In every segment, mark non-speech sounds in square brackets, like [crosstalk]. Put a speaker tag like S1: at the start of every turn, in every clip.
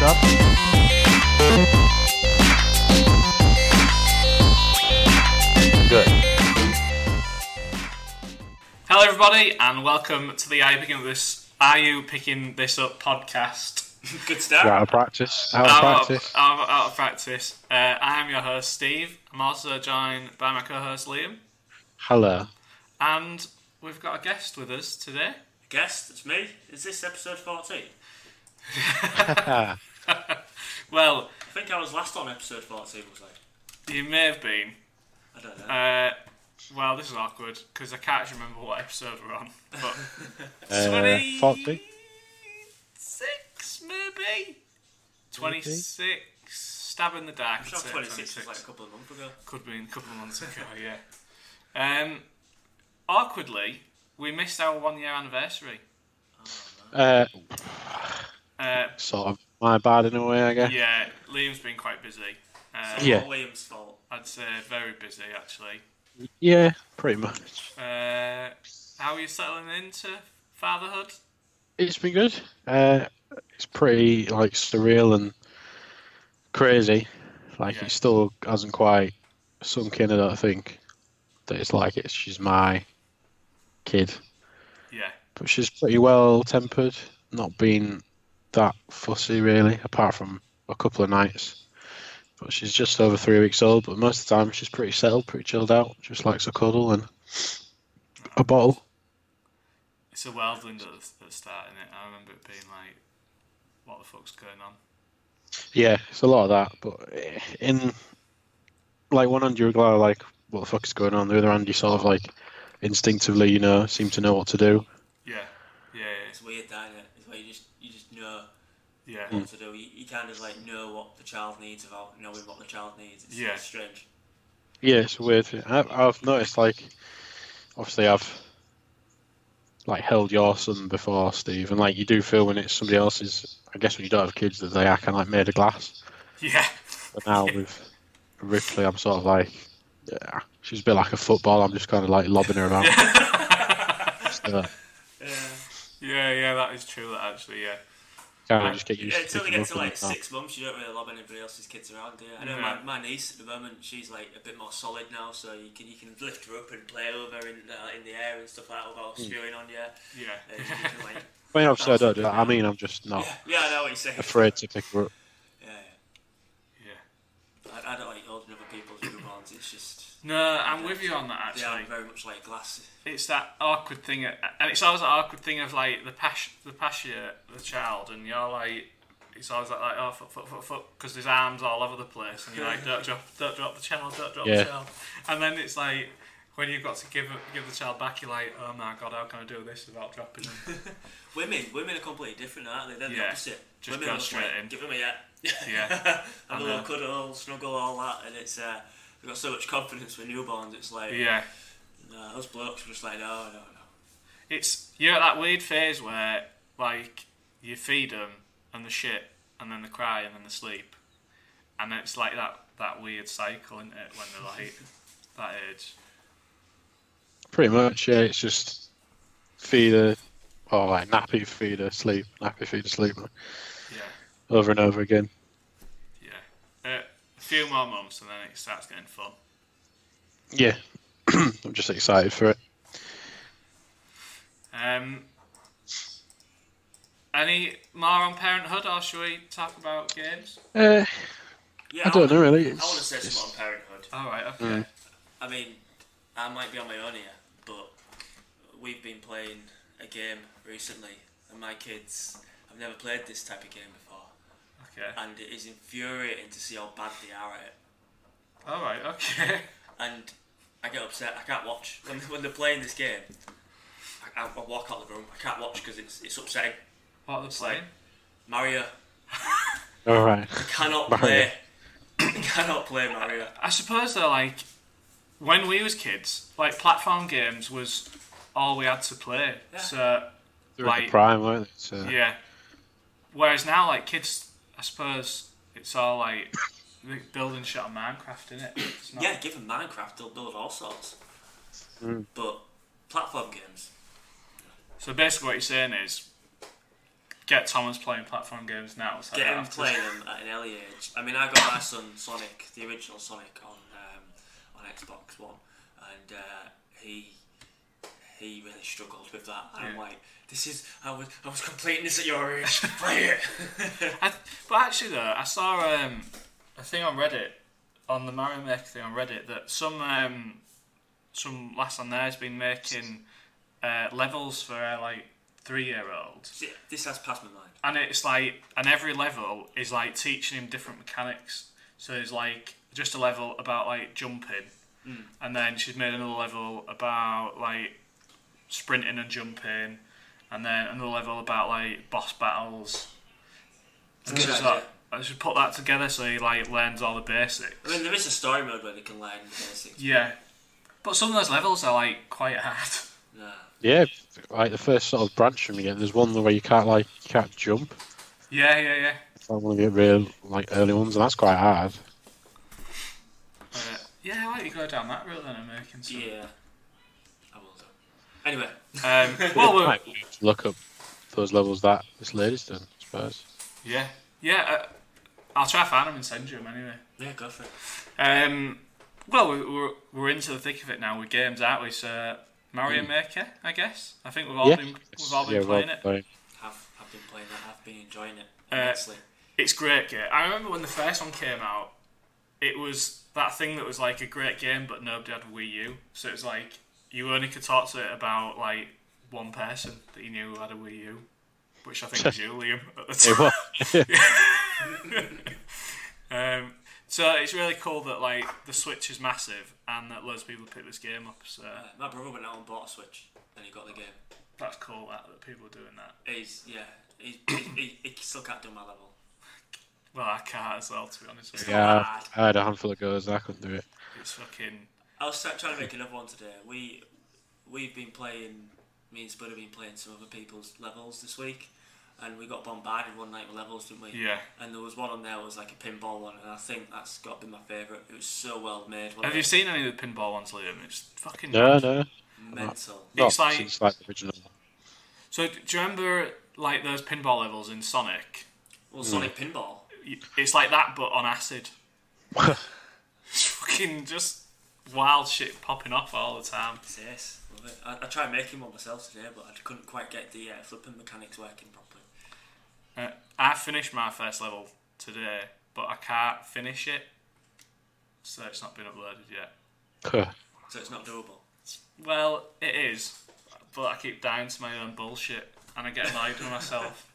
S1: ครับ Good.
S2: Hello, everybody, and welcome to the "Are You Picking This? Are You Picking This Up?"
S3: [laughs]
S2: podcast. Good start.
S1: Out of practice.
S2: I'm
S1: Out of
S2: out of-
S1: practice.
S2: I'm Out, of practice. Uh, I am your host, Steve. I'm also joined by my co-host Liam,
S1: Hello.
S2: and we've got a guest with us today.
S3: guest, it's me. Is this episode 14?
S2: Well,
S3: I think I was last on episode 14, was I?
S2: you may have been.
S3: I don't know.
S2: Uh, well, this is awkward because I can't actually remember what episode we're on. But
S1: Uh, 40?
S2: six, maybe twenty-six. Stab in the dark.
S3: I'm
S2: I'd
S3: sure
S2: say
S3: 26 was like a couple of months ago.
S2: Could be in a couple of months ago, [laughs] yeah. Um, awkwardly, we missed our one year anniversary.
S1: Uh,
S2: Uh,
S1: sort of my bad in a way, I guess.
S2: yeah, Liam's been quite busy. Uh,
S3: It's
S1: Yeah.
S3: all William's fault.
S2: I'd say very busy, actually.
S1: Yeah, pretty much.
S2: Uh, how are you settling into fatherhood?
S1: It's been good. Uh, it's pretty like surreal and crazy. Like
S2: Yeah.
S1: it still hasn't quite sunk in. I don't think that it's like it's she's my kid.
S2: Yeah,
S1: but she's pretty well tempered. Not been that fussy really, apart from a couple of nights. But she's just over three weeks old. But most of the time, she's pretty settled, pretty chilled out. Just likes a cuddle and a bottle.
S2: it's a whirlwind at the- at the start, innit? I remember it being like, what the fuck's going on?
S1: Yeah, it's a lot of that. But in like one hand, you're glad like what the fuck is going on. The other hand, you sort of like instinctively, you know, seem to know what to do.
S2: Yeah, yeah, yeah.
S3: It's weird, that, innit? It's where you just, you just know
S2: yeah.
S3: what
S1: Mm.
S3: to do. You, you kind of like know what the child needs without knowing what the child needs. It's
S2: Yeah.
S3: it's strange.
S1: Yeah, it's a weird. thing. I've, I've noticed, like, obviously, I've like held your son before, Steve, and like you do feel when it's somebody else's. I guess when you don't have kids, that they are kind of like made of glass.
S2: Yeah, [laughs]
S1: But
S3: [laughs]
S1: now with Ripley, I'm sort of like, yeah, she's a bit like a football. I'm just kind of like lobbing her
S3: [laughs]
S1: around. uh, So,
S3: Uh,
S2: yeah, yeah, that is true, that actually, yeah.
S1: kind of just get used
S3: Yeah,
S1: to
S3: until they
S1: picking
S3: get
S1: up
S3: to
S1: on
S3: like
S1: that.
S3: six months, you don't really lob anybody else's kids around, do you? I know
S2: No.
S3: my, my niece at the moment, she's like a bit more solid now, so you can you can lift her up and play over in, uh, in the air and stuff like that without
S1: Mm.
S3: spewing on you. Uh, you
S2: Yeah.
S3: can, like, [laughs]
S1: I mean, obviously, I don't do that. I mean, I'm just not
S3: yeah, yeah, I know what you're saying.
S1: afraid to pick her up.
S3: Yeah,
S2: yeah.
S3: yeah. I, I don't like holding other people's newborns. It's just
S2: [laughs] No, I'm with you on that
S3: they are
S2: actually.
S3: very much like glass.
S2: It's that awkward thing, and it's always that awkward thing of like the passion, the passion, the child, and you're like, it's always like, like oh fuck, fuck, fuck, fuck, because there's arms all over the place, and you're like, don't drop, don't drop the child, don't drop
S1: Yeah.
S2: the child, and then it's like when you've got to give give the child back, you're like, oh my god, how can I do this without dropping them?
S3: Women, women are completely different, aren't they? They're the
S2: Yeah,
S3: opposite.
S2: just
S3: women
S2: go
S3: are
S2: straight
S3: like,
S2: in.
S3: Give them a yeah. [laughs]
S2: Yeah, I
S3: Have a
S2: know.
S3: little cuddle, snuggle, all that, and it's uh, we've got so much confidence with newborns. It's like
S2: yeah.
S3: nah, those blokes are just like no, no, no.
S2: it's you're at that weird phase where like you feed them and they shit and then they cry and then they sleep, and it's like that that weird cycle, isn't it? When they're like that age.
S1: Pretty much, yeah. It's just feeder, or like nappy feeder, sleep, nappy feeder, sleep,
S2: Yeah,
S1: over and over again.
S2: yeah. Uh, a few more months and then it starts getting fun.
S1: Yeah, [clears throat] I'm just excited for it.
S2: Um, any more on parenthood, or should we talk about games?
S1: Uh,
S3: Yeah,
S1: I don't know really.
S3: I want to say
S1: It's-
S3: something on parenthood.
S2: All right, okay.
S3: I mean, I might be on my own here, but we've been playing a game recently, and my kids have never played this type of game before,
S2: Okay.
S3: and it is infuriating to see how bad they are at it.
S2: All right, okay. [laughs]
S3: And I get upset. I can't watch when, when they're playing this game. I, I, I walk out of the room. I can't watch because it's it's upsetting.
S2: What are they playing?
S3: Mario
S1: All right.
S3: cannot
S1: Mario.
S3: play. cannot play [coughs] Mario.
S2: I suppose though, like when we was kids, like platform games was all we had to play.
S3: Yeah.
S2: So
S1: They're in
S2: Like-
S1: the prime, weren't they? So,
S2: yeah. Whereas now, like kids, I suppose it's all like the building shit on Minecraft, isn't it? It's not,
S3: Yeah, given Minecraft, they'll build all sorts. But platform games,
S2: So basically, what you're saying is get Thomas playing platform games now. So I
S3: Get
S2: don't
S3: him
S2: have to-
S3: playing them at an early age. I mean, I got my son Sonic, the original Sonic, on um, on Xbox One, and uh, he he really struggled with that. And I'm
S2: Yeah.
S3: like, this is I was I was completing this at
S2: [laughs]
S3: your age. Play it. [laughs]
S2: I, but actually, though, I saw um, a thing on Reddit, on the Mario Maker thing on Reddit, that some um, some lass on there has been making uh, levels for uh, like three year olds,
S3: See, this has passed my mind.
S2: and it's like, and every level is like teaching him different mechanics. So there's like just a level about like jumping, and then she's made another level about like sprinting and jumping, and then another level about like boss battles.
S3: It's a
S2: And
S3: good
S2: just
S3: idea.
S2: like- I should put that together so he like learns all the basics.
S3: I mean, there is a story mode where they can learn basics.
S2: yeah, but some of those levels are like quite hard. [laughs]
S3: Nah.
S1: Yeah, like the first sort of branch from you get. There's one where you can't like you can't jump.
S2: Yeah, yeah, yeah.
S1: I want to get real like early ones, and that's quite hard.
S2: Uh, yeah, I like you go down that route then, American. So.
S3: Yeah. I will do. Anyway,
S2: Um, well,
S1: [laughs]
S2: we're,
S1: Might look up those levels that this lady's done. I suppose.
S2: yeah, yeah. Uh, I'll try to find him and send you him anyway.
S3: yeah, go for it.
S2: Um, well, we- we're, we're into the thick of it now with games, aren't we? So Mario Maker, I guess. I think we've all
S1: yeah,
S2: been we've all been
S1: Yeah, we've
S2: playing it.
S3: I've, I've been playing that. I've been enjoying it
S2: Uh,
S3: immensely.
S2: It's great game. I remember when the first one came out, it was that thing that was like a great game, but nobody had a Wii U. So it was like you only could talk to it about like one person that you knew who had a Wii U, which I think
S1: [laughs]
S2: was you, Liam, at the time.
S1: It was.
S2: Um, so it's really cool that like the Switch is massive and that loads of people pick this game up. So
S3: Uh, my brother went out and bought a Switch, and he got the game.
S2: that's cool that, that people are doing that.
S3: He's yeah. He's, he, he, he still can't do my level.
S2: Well, I can't as well, to be honest. With you.
S1: yeah, I had a handful of goes. And I couldn't do it.
S2: It's fucking
S3: I was try- trying to make another one today. We we've been playing. Me and Spud have been playing some other people's levels this week, and we got bombarded one night with levels, didn't we?
S2: yeah.
S3: And there was one on there that was like a pinball one, and I think that's got to be my favourite. It was so well made. wasn't
S2: Have you
S3: it?
S2: seen any of the pinball ones, Liam? It's fucking
S1: No, no,
S3: mental?
S1: not
S2: It's like-
S1: since like the original.
S2: So d- do you remember like those pinball levels in Sonic?
S3: Well, Sonic Pinball.
S2: Y- It's like that, but on acid. It's fucking just wild shit popping off all the time.
S3: Yes, love it. I, I tried making one myself today, but I couldn't quite get the uh, flipping mechanics working properly.
S2: Uh, I finished my first level today, but I can't finish it, so it's not been uploaded yet.
S3: So it's not doable.
S2: Well, it is, but I keep dying to my own bullshit, and I get annoyed with myself.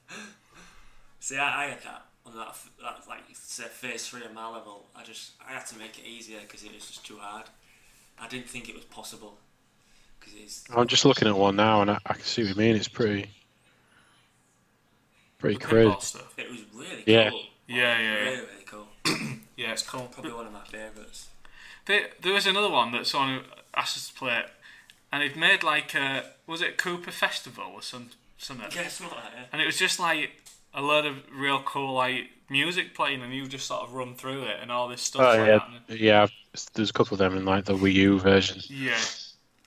S1: [laughs]
S3: See, I, I had that on that, f- that like say phase three of my level. I just I had to make it easier because it was just too hard. I didn't think it was possible because it's
S1: I'm just looking at one now, and I, I can see what you mean. It's pretty, pretty
S2: The
S1: crazy.
S2: pinball stuff.
S3: it was really
S1: Yeah.
S3: cool.
S2: Yeah, yeah, yeah.
S3: Really, really cool.
S2: Yeah, it's cool.
S3: Probably one of my favourites. [laughs]
S2: There, there was another one that someone asked us to play, and he'd made like a was it Cooper Festival or some something,
S3: Yeah, something like that.
S2: and it was just like a load of real cool like music playing, and you just sort of run through it and all this stuff.
S1: Oh
S2: like
S1: yeah,
S2: that.
S1: yeah. I've- There's a couple of them in like the Wii U version.
S2: yeah.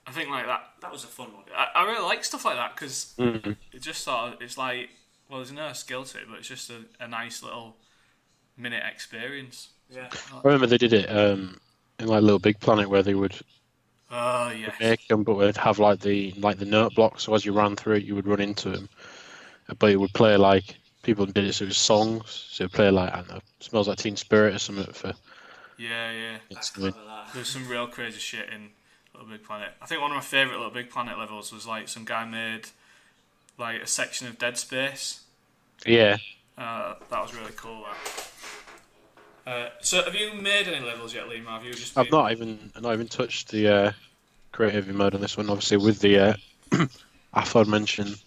S2: I think like that.
S3: That was a fun one.
S2: I, I really like stuff like that because it just sort of it's like well, there's no skill to it, but it's just a, a nice little minute experience.
S3: Yeah.
S1: I remember they did it um, in like Little Big Planet where they would
S2: Oh yes,
S1: make them, but would have like the like the note block. So as you ran through it, you would run into them, but it would play like people did it. So it was songs. So it play like I don't know, smells like Teen Spirit or something for.
S2: yeah, yeah.
S3: That's
S1: something.
S3: clever. That.
S2: There's some real crazy shit in Little Big Planet. I think one of my favourite Little Big Planet levels was like some guy made like a section of Dead Space.
S1: Yeah,
S2: Uh, that was really cool. That. Uh, so have you made any levels yet, Liam? or Have you just?
S1: I've
S2: been-
S1: not even I've not even touched the uh, creative mode on this one. Obviously, with the uh, [clears throat] aforementioned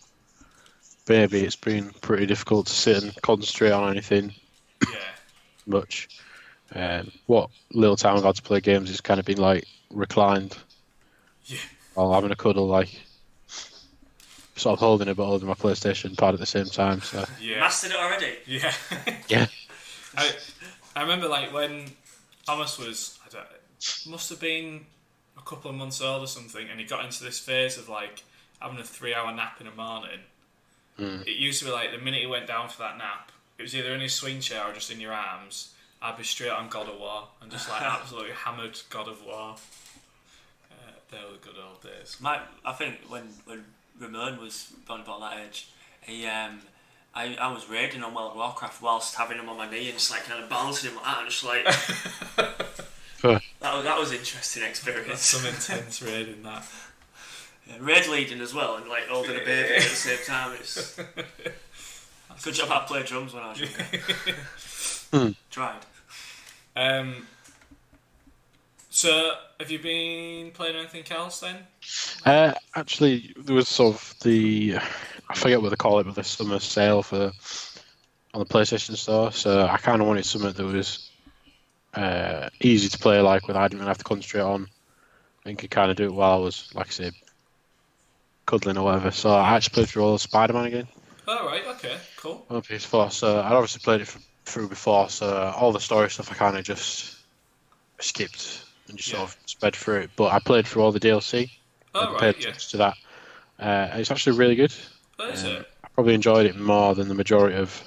S1: baby, it's been pretty difficult to sit and concentrate on anything
S2: Yeah.
S1: much. Um, what little time I've had to play games has kind of been like reclined.
S2: Yeah.
S1: While having a cuddle, like sort of holding it but holding my PlayStation pad at the same time. So
S2: Yeah.
S3: Mastered it already.
S2: Yeah.
S1: yeah,
S2: [laughs] I, I remember like when Thomas was I don't must have been a couple of months old or something, and he got into this phase of like having a three hour nap in the morning, It used to be like the minute he went down for that nap, it was either in his swing chair or just in your arms. I'd be straight on God of War and just like absolutely hammered God of War. Uh, they were the good old days.
S3: My, I think when when Ramon was around about that age, he um, I, I was raiding on World of Warcraft whilst having him on my knee and just like kind of balancing him like that and just like that
S1: Huh.
S3: was that was an interesting experience.
S2: That's some intense raiding that.
S3: Yeah, Red leading as well and like holding a baby at the same time. It's good job I played drums when I was younger. Tried.
S2: Um, so, have you been playing anything else then?
S1: Uh, actually, there was sort of the I forget what they call it, but the summer sale for on the PlayStation Store. So I kind of wanted something that was uh, easy to play, like with I didn't really have to concentrate on, and could kind of do it while I was, like I say, cuddling or whatever. So I actually played through all of Spider-Man again
S2: All right. Okay. Cool.
S1: on PS4. So I'd obviously played it f- through before. So all the story stuff I kind of just skipped and just
S2: Yeah.
S1: sort of sped through it. But I played through all the DLC
S2: All
S1: and
S2: right.
S1: paid
S2: Yeah.
S1: attention to that. Uh, it's actually really good.
S2: That is
S1: Um,
S2: it.
S1: I probably enjoyed it more than the majority of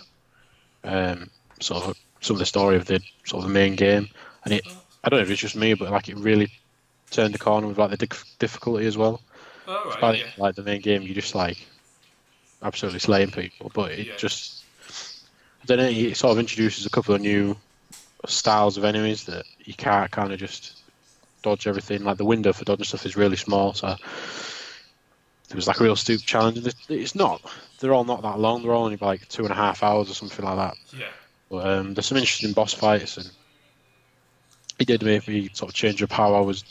S1: um, sort of some of the story of the sort of the main game. And it, I don't know if it's just me, but like it really turned the corner with like the dif- difficulty as well.
S2: All right.
S1: Like,
S2: Yeah.
S1: like the main game, you just like absolutely slaying people, but it
S2: Yeah.
S1: just I don't know. It sort of introduces a couple of new styles of enemies that you can't kind of just dodge everything. Like the window for dodging stuff is really small, so there was like a real stoop challenge. And it's- It's not. They're all not that long. They're all only like two and a half hours or something like that.
S2: Yeah.
S1: But um, there's some interesting boss fights, and it did make me sort of change up how I was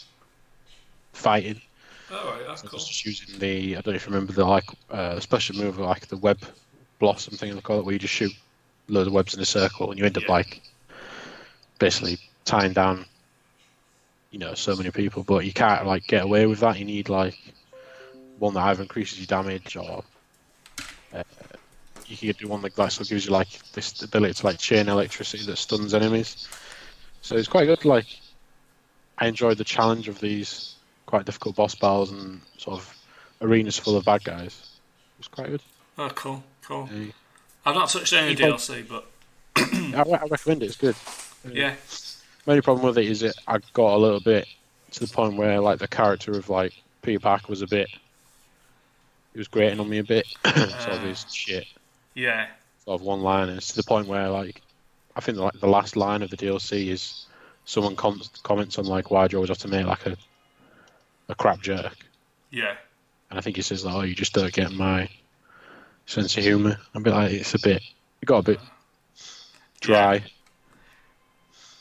S1: fighting.
S2: All right. That's
S1: I
S2: cool.
S1: was just using the I don't know if you remember the like uh, special move like the web blossom thing they call it where you just shoot loads of webs in a circle and you end up
S2: Yeah.
S1: like basically tying down you know so many people but you can't like get away with that you need like one that either increases your damage or uh, you can do one that like, sort of gives you like this ability to like chain electricity that stuns enemies so it's quite good like I enjoyed the challenge of these quite difficult boss battles and sort of arenas full of bad guys. It was quite good.
S2: Oh, cool. Cool.
S1: Yeah.
S2: I've not touched any
S1: People-
S2: DLC, but
S1: I, re- I recommend it. It's good.
S2: yeah.
S1: My only problem with it is it I got a little bit to the point where like the character of like Peter Parker was a bit. He was grating on me a bit. [coughs] sort of his shit.
S2: Yeah.
S1: Sort of one liners to the point where like I think like the last line of the DLC is someone com- comments on like why do you always have to make like a a crap jerk.
S2: Yeah.
S1: And I think he says, like, "Oh, you just don't get my sense of humour." I'm a bit like, it's a bit, it got a bit dry.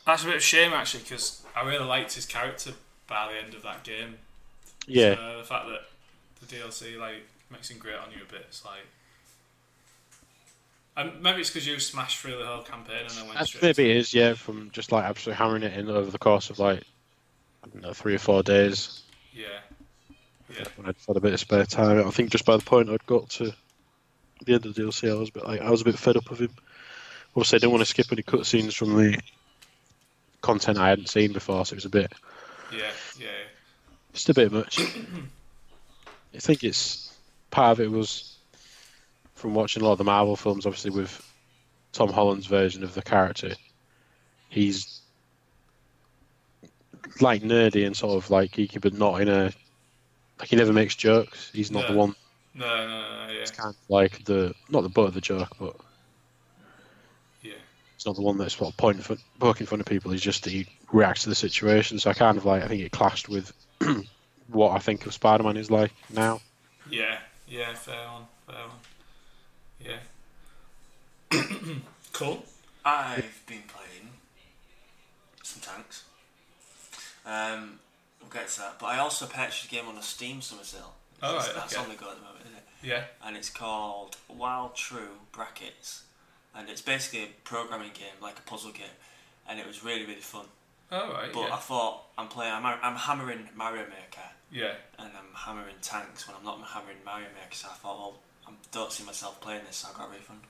S2: That's a bit of a shame actually, because I really liked his character by the end of that game.
S1: Yeah,
S2: Uh, the fact that the DLC like makes him great on you a bit. It's like, and maybe it's because you smashed through the whole campaign and then went
S1: that's
S2: straight.
S1: maybe it is. Yeah, from just like absolutely hammering it in over the course of like I don't know, three or four days
S2: Yeah. Yeah.
S1: when I'd had a bit of spare time. I think just by the point I'd got to the end of the DLC, I was a bit like, I was a bit fed up of him. Obviously, I didn't want to skip any cutscenes from the content I hadn't seen before, so it was a bit
S2: Yeah. Yeah.
S1: Just a bit much. I think it's part of it was from watching a lot of the Marvel films, obviously with Tom Holland's version of the character. He's like nerdy and sort of like geeky, but not in a like he never makes jokes. He's not the
S2: No.
S1: one
S2: No. No. No. Yeah.
S1: that's kind of like the not the butt of the joke, but
S2: Yeah.
S1: he's not the one that's sort of pointing for, poking fun at people. He's just that he reacts to the situation. So I kind of like I think it clashed with [clears throat] what I think of Spider-Man is like now.
S2: Yeah, yeah, fair one, fair one.
S3: [coughs]
S2: Yeah. cool.
S3: I've been playing some tanks. Um, we'll get to that. But I also purchased a game on a Steam summer sale.
S2: All Oh, right,
S3: That's- That's
S2: okay.
S3: on the go at the moment, isn't it?
S2: Yeah,
S3: And it's called Wild True Brackets. And it's basically a programming game, like a puzzle game. And it was really, really fun.
S2: all right.
S3: But I thought I'm playing, I'm, I'm hammering Mario Maker
S2: Yeah,
S3: and I'm hammering tanks when I'm not hammering Mario Maker. So I thought, well, I don't see myself playing this, so I got a refund.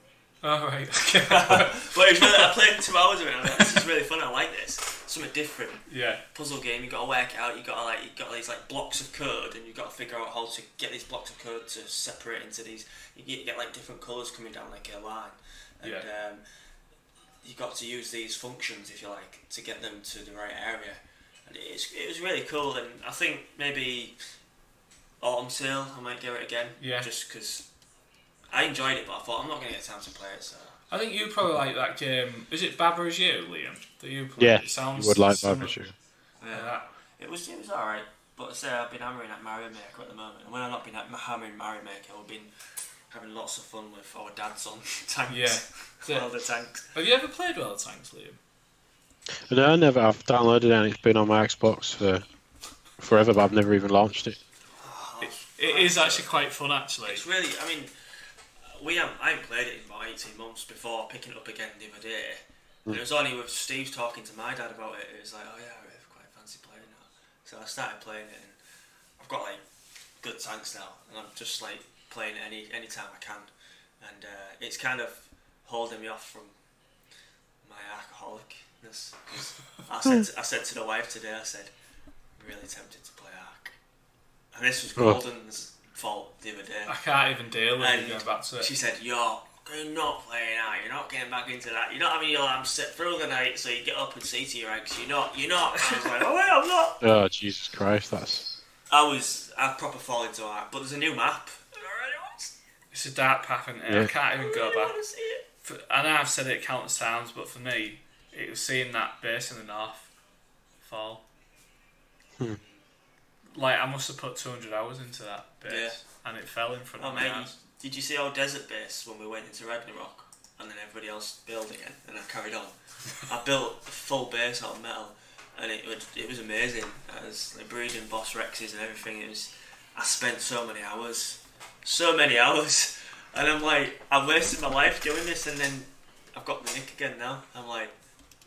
S4: All right. [laughs] Okay.
S3: [laughs] but it's really, I played two hours of it. and I was like, this is really fun. I like this. Something different.
S4: yeah.
S3: Puzzle game. You got to work out. You got to like. You got these like blocks of code, and you got to figure out how to get these blocks of code to separate into these. You get, get like different colors coming down like a line, and
S4: Yeah.
S3: um, you got to use these functions if you like to get them to the right area. And it's, it was really cool, and I think maybe autumn sale I might get it again.
S4: Yeah.
S3: Just because I enjoyed it, but I thought I'm not gonna get time to play it, so.
S4: I think you probably like that game. Is it Baba Is You, Liam? That you play?
S1: Yeah,
S4: It sounds
S1: you would like
S4: similar
S1: that issue.
S4: to that.
S3: It was it was alright, but I say I've been hammering at Mario Maker at the moment, and when I've not been at ma- hammering Mario Maker, I've been having lots of fun with our dad's on [laughs] tanks.
S4: Yeah.
S3: [laughs] Well, the tanks.
S4: Have you ever played World of Tanks, Liam?
S1: But no, I never. I've downloaded it and it's been on my Xbox for forever, but I've never even launched it.
S2: It is actually quite fun, actually.
S3: It's really, I mean, we haven't, I haven't played it in about 18 months before picking it up again the other day. And it was only with Steve talking to my dad about it, it was like, oh yeah, I really quite fancy playing that. So I started playing it, and I've got like good tanks now, and I'm just like playing it any, any time I can. And uh, it's kind of holding me off from my alcoholicness. 'Cause I said, to, I said to the wife today, I said, I'm really tempted to play Ark. And this was
S1: Oh.
S3: Golden's fault the other day.
S4: I can't even deal with
S3: And
S4: you going back to it.
S3: She said, "You're not playing out. You're not getting back into that. You're not having your alarm set through the night, so you get up and see to your eggs. You're not. You're not." I was like, "Oh wait, I'm not."
S1: Oh Jesus Christ, that's
S3: I was. I proper fall into that. But there's a new map. I don't really want to see it.
S4: It's a dark path, and I
S1: Yeah.
S4: can't
S3: I
S4: even go
S3: really
S4: back.
S3: want to see it.
S4: For, I know I've said it countless times, but for me, it was seeing that base in the north fall. Like I must have put two hundred hours into that base, and it fell in front
S3: Oh
S4: of me.
S3: mate, did you see our desert base when we went into Ragnarok? And then everybody else built again, and I carried on. I built a full base out of metal, and it was it was amazing. I was like, breeding boss rexes and everything. It was. I spent so many hours, so many [laughs] hours, and I'm like, I've wasted my life doing this, and then I've got the nick again now. I'm like,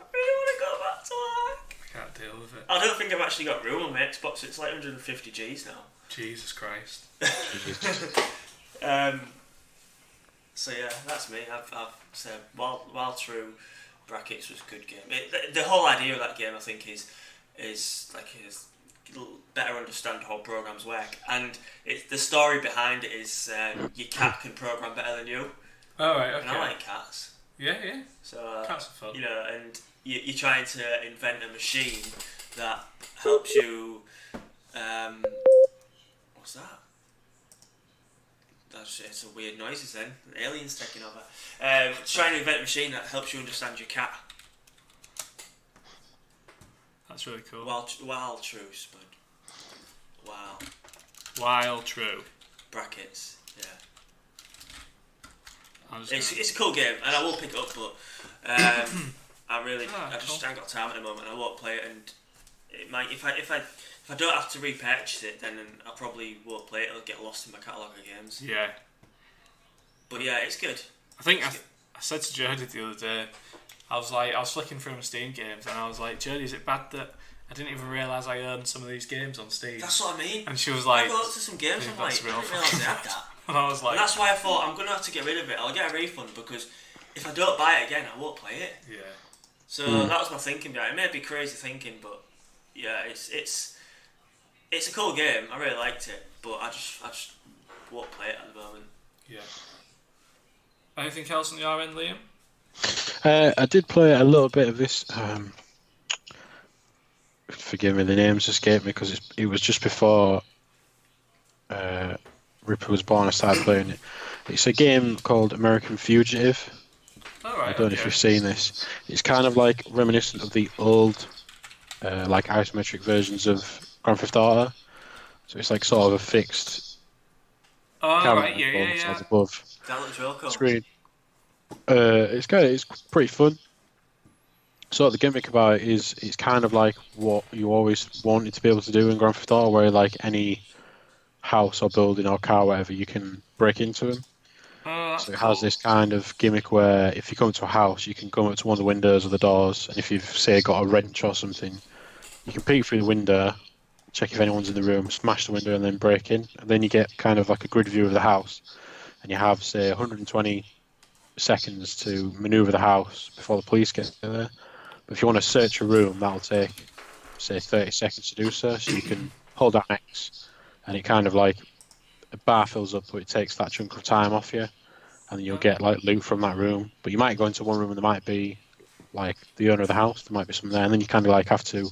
S3: I really want to go back to work.
S4: I can't deal with it.
S3: I don't think I've actually got room on my Xbox. It's like 150 Gs now.
S4: Jesus Christ!
S1: Jesus.
S3: Um, so yeah, that's me. I've, I've said while while through brackets was a good game. It, the, the whole idea of that game, I think, is is like is l- better understand how programs work, and it, the story behind it is uh, your cat can program better than you,
S4: All right, okay,
S3: and I like cats.
S4: yeah, yeah,
S3: So uh,
S4: cats are fun.
S3: you know, and you, you're trying to invent a machine that helps you. Um, what's that? That's it's a weird noises then. Aliens taking over. Um, trying to invent a machine that helps you understand your cat.
S2: That's really cool.
S3: While while true, Spud. Wow.
S2: While true.
S3: Brackets. Yeah.
S2: I'm just
S3: It's,
S2: gonna-
S3: it's a cool game, and I will pick it up, but um, [coughs] I really
S4: Ah,
S3: I just
S4: cool.
S3: I ain't got time at the moment. I won't play it, and it might if I if I if I don't have to repurchase it, then I probably won't play it. It'll get lost in my catalogue of games.
S2: yeah.
S3: But yeah, it's good.
S2: I think I, I said to Jody the other day, I was like, I was flicking through my Steam games and I was like, Jody, is it bad that I didn't even realise I owned some of these games on Steam?
S3: That's what I mean.
S2: and she was
S3: I
S2: like,
S3: go up to some games.
S2: Yeah,
S3: I'm
S2: that's
S3: like,
S2: real
S3: I didn't realise they had that.
S2: and I was [laughs] like,
S3: And that's why I thought I'm gonna have to get rid of it. I'll get a refund because if I don't buy it again, I won't play it.
S4: yeah.
S3: So
S1: Hmm.
S3: that was my thinking behind it. It may be crazy thinking, but yeah, it's it's it's a cool game. I really liked it, but I just I just won't play it at the moment.
S4: Yeah. Anything else on the RN, Liam?
S1: Uh, I did play a little bit of this. Um, forgive me, the names escaped me because it was just before uh, Ripper was born. I started playing it. It's a game called American Fugitive.
S4: All right.
S1: I don't know
S4: okay.
S1: if you've seen this. It's kind of like reminiscent of the old, uh, like isometric versions of Grand Theft Auto. So it's like sort of a fixed
S4: All
S1: camera
S4: Oh, right, yeah,
S1: control
S4: yeah,
S1: that's
S4: yeah.
S1: above
S3: That looks real cool.
S1: screen. Uh, it's kind of, it's pretty fun. So the gimmick about it is it's kind of like what you always wanted to be able to do in Grand Theft Auto, where like any house or building or car, whatever, you can break into them.
S4: Oh, that's
S1: So it has
S4: cool.
S1: this kind of gimmick where if you come to a house, you can come up to one of the windows or the doors, and if you've say got a wrench or something, you can peek through the window, check if anyone's in the room, smash the window, and then break in. And then you get kind of like a grid view of the house, and you have say 120 seconds to maneuver the house before the police get there. But if you want to search a room, that'll take say 30 seconds to do so. So you can hold down X, and it kind of like a bar fills up, but it takes that chunk of time off you, and you'll get like loot from that room. But you might go into one room and there might be like the owner of the house. There might be someone there, and then you kind of like have to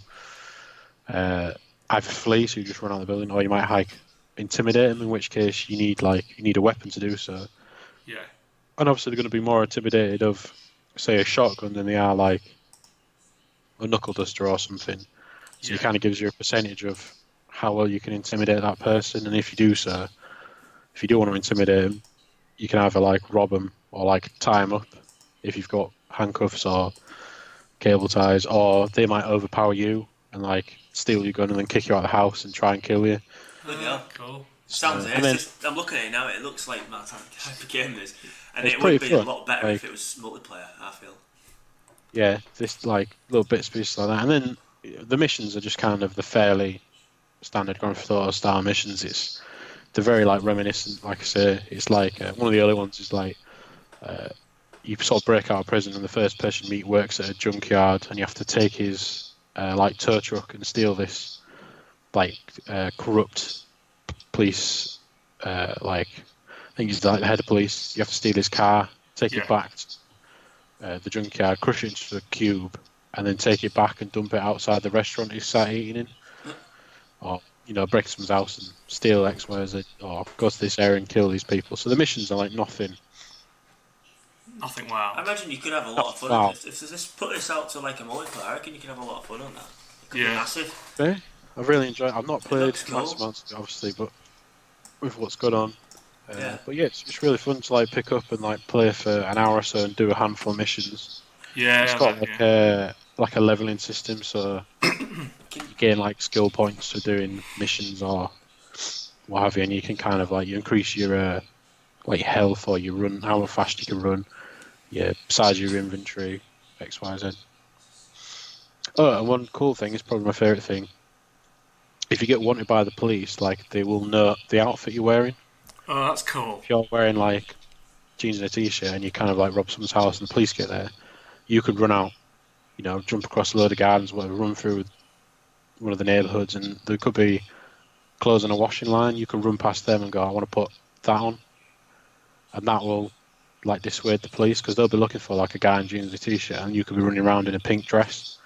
S1: uh, either flee, so you just run out of the building, or you might like intimidate them. In which case, you need like you need a weapon to do so.
S4: Yeah.
S1: And obviously, they're going to be more intimidated of say a shotgun than they are like a knuckle duster or something. So
S4: Yeah.
S1: it kind of gives you a percentage of how well you can intimidate that person, and if you do so, if you do want to intimidate them, you can either like rob them or like tie them up if you've got handcuffs or cable ties, or they might overpower you and like steal your gun and then kick you out of the house and try and kill you.
S3: Bloody
S2: Hmm.
S3: hell.
S4: Cool.
S3: Sounds
S1: Uh,
S3: it.
S1: and then-
S3: I'm looking at it now. It looks like my type of game this, and
S1: It's
S3: it would be
S1: pretty
S3: a
S1: fun,
S3: lot better if
S1: like-
S3: it was multiplayer. I feel.
S1: yeah, this like little bits pieces like that, and then yeah, the missions are just kind of the fairly standard Grand Theft Auto style missions. It's they're very like reminiscent. Like I say, it's like uh, one of the early ones is like uh, you sort of break out of prison, and the first person you meet works at a junkyard, and you have to take his uh, like tow truck and steal this like uh, corrupt police uh, like I think he's like the head of police. You have to steal his car, take
S4: Yeah.
S1: it back to uh, the junkyard, crush it into a cube, and then take it back and dump it outside the restaurant he's sat eating in. Or, you know, break someone's house and steal X, Y, Z, or go to this area and kill these people. So the missions are like nothing.
S4: Nothing
S3: I
S4: wow.
S3: imagine you could have a lot of fun.
S1: Wow.
S3: If, if this put this out to like a multiplayer, I reckon you could have a lot of fun on that. It could be
S4: Yeah.
S3: massive.
S1: Okay? Eh? I've really enjoyed it. I've not played
S3: looks cool.
S1: massive amounts of it, obviously, but with what's going on. Uh,
S3: Yeah.
S1: But yeah, it's, it's really fun to like pick up and like play for an hour or so and do a handful of missions.
S4: Yeah.
S1: It's
S4: I
S1: got
S4: like
S1: like
S4: it.
S1: a like a leveling system, so you gain like skill points for doing missions or what have you, and you can kind of like you increase your uh, like health or your run, how fast you can run, your size of your inventory, X, Y, Z. Oh, and one cool thing is probably my favorite thing. If you get wanted by the police, like they will know the outfit you're wearing
S4: Oh, that's cool.
S1: if you're wearing like jeans and a t-shirt and you kind of like rob someone's house and the police get there, you could run out, you know, jump across a load of gardens, whatever, run through one of the neighborhoods, and there could be clothes on a washing line. You could run past them and go, "I want to put that on," and that will like dissuade the police because they'll be looking for like a guy in jeans and a t-shirt, and you could be running around in a pink dress.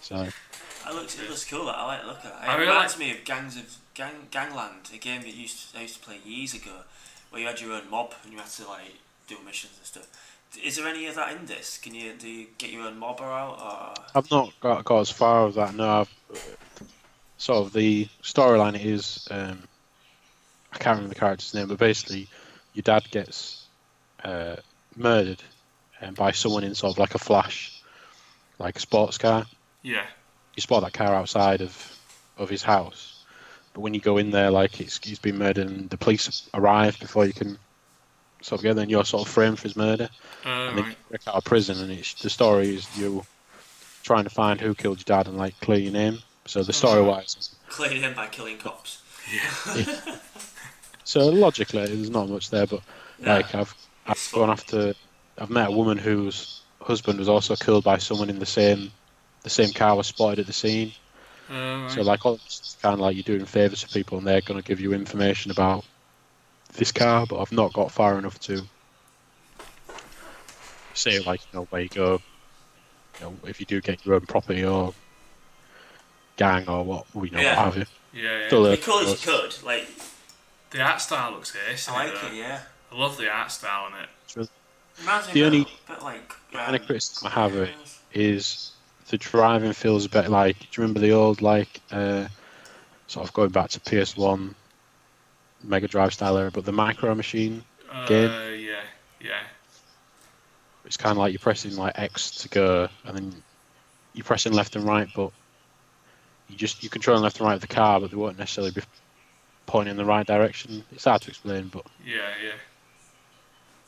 S1: so
S3: I looked. It looks cool. That I like the look at. It, it
S4: I really
S3: reminds me of Gangs of Gang Gangland, a game that used to, I used to play years ago, where you had your own mob and you had to like do missions and stuff. Is there any of that in this? Can you do you get your own mob out or?
S1: I've not got, got as far as that. No, I've sort of the storyline is um, I can't remember the character's name, but basically your dad gets uh, murdered um, by someone in sort of like a flash, like a sports car.
S4: Yeah.
S1: You spot that car outside of of his house, but when you go in there, like it's, he's been murdered, and the police arrive before you can sort of get there, and you're sort of framed for his murder
S4: Uh,
S1: and then you
S4: right.
S1: break out of prison, and it's the story is you trying to find who killed your dad and like clear your name. So the story wise,
S3: Clearing him by killing cops.
S1: so logically, there's not much there, but
S3: Yeah.
S1: like I've I've gone after I've met a woman whose husband was also killed by someone in the same the same car was spotted at the scene.
S4: Uh, right.
S1: So like all it's kind of like you're doing favors to people, and they're going to give you information about this car, but I've not got far enough to say like you know where you go, you know if you do get your own property or gang or what you know
S3: Yeah.
S1: what have you.
S4: yeah. yeah.
S1: Still
S3: It'd
S1: there.
S3: be cool if you could. Like,
S4: The art style looks ace.
S3: I like it. Yeah.
S4: I love the art style in it.
S3: Reminds me
S1: The
S3: a
S1: only-
S3: bit, bit like.
S1: And a
S3: um,
S1: criticism I have of it is the driving feels a bit like. Do you remember the old like uh, sort of going back to PS1 Mega Drive style era, but the micro machine
S4: Uh,
S1: Game.
S4: Yeah. Yeah.
S1: It's kind of like you're pressing like X to go, and then you're pressing left and right, but you just you're controlling left and right of the car, but they won't necessarily be pointing in the right direction. It's hard to explain, but
S4: Yeah. Yeah.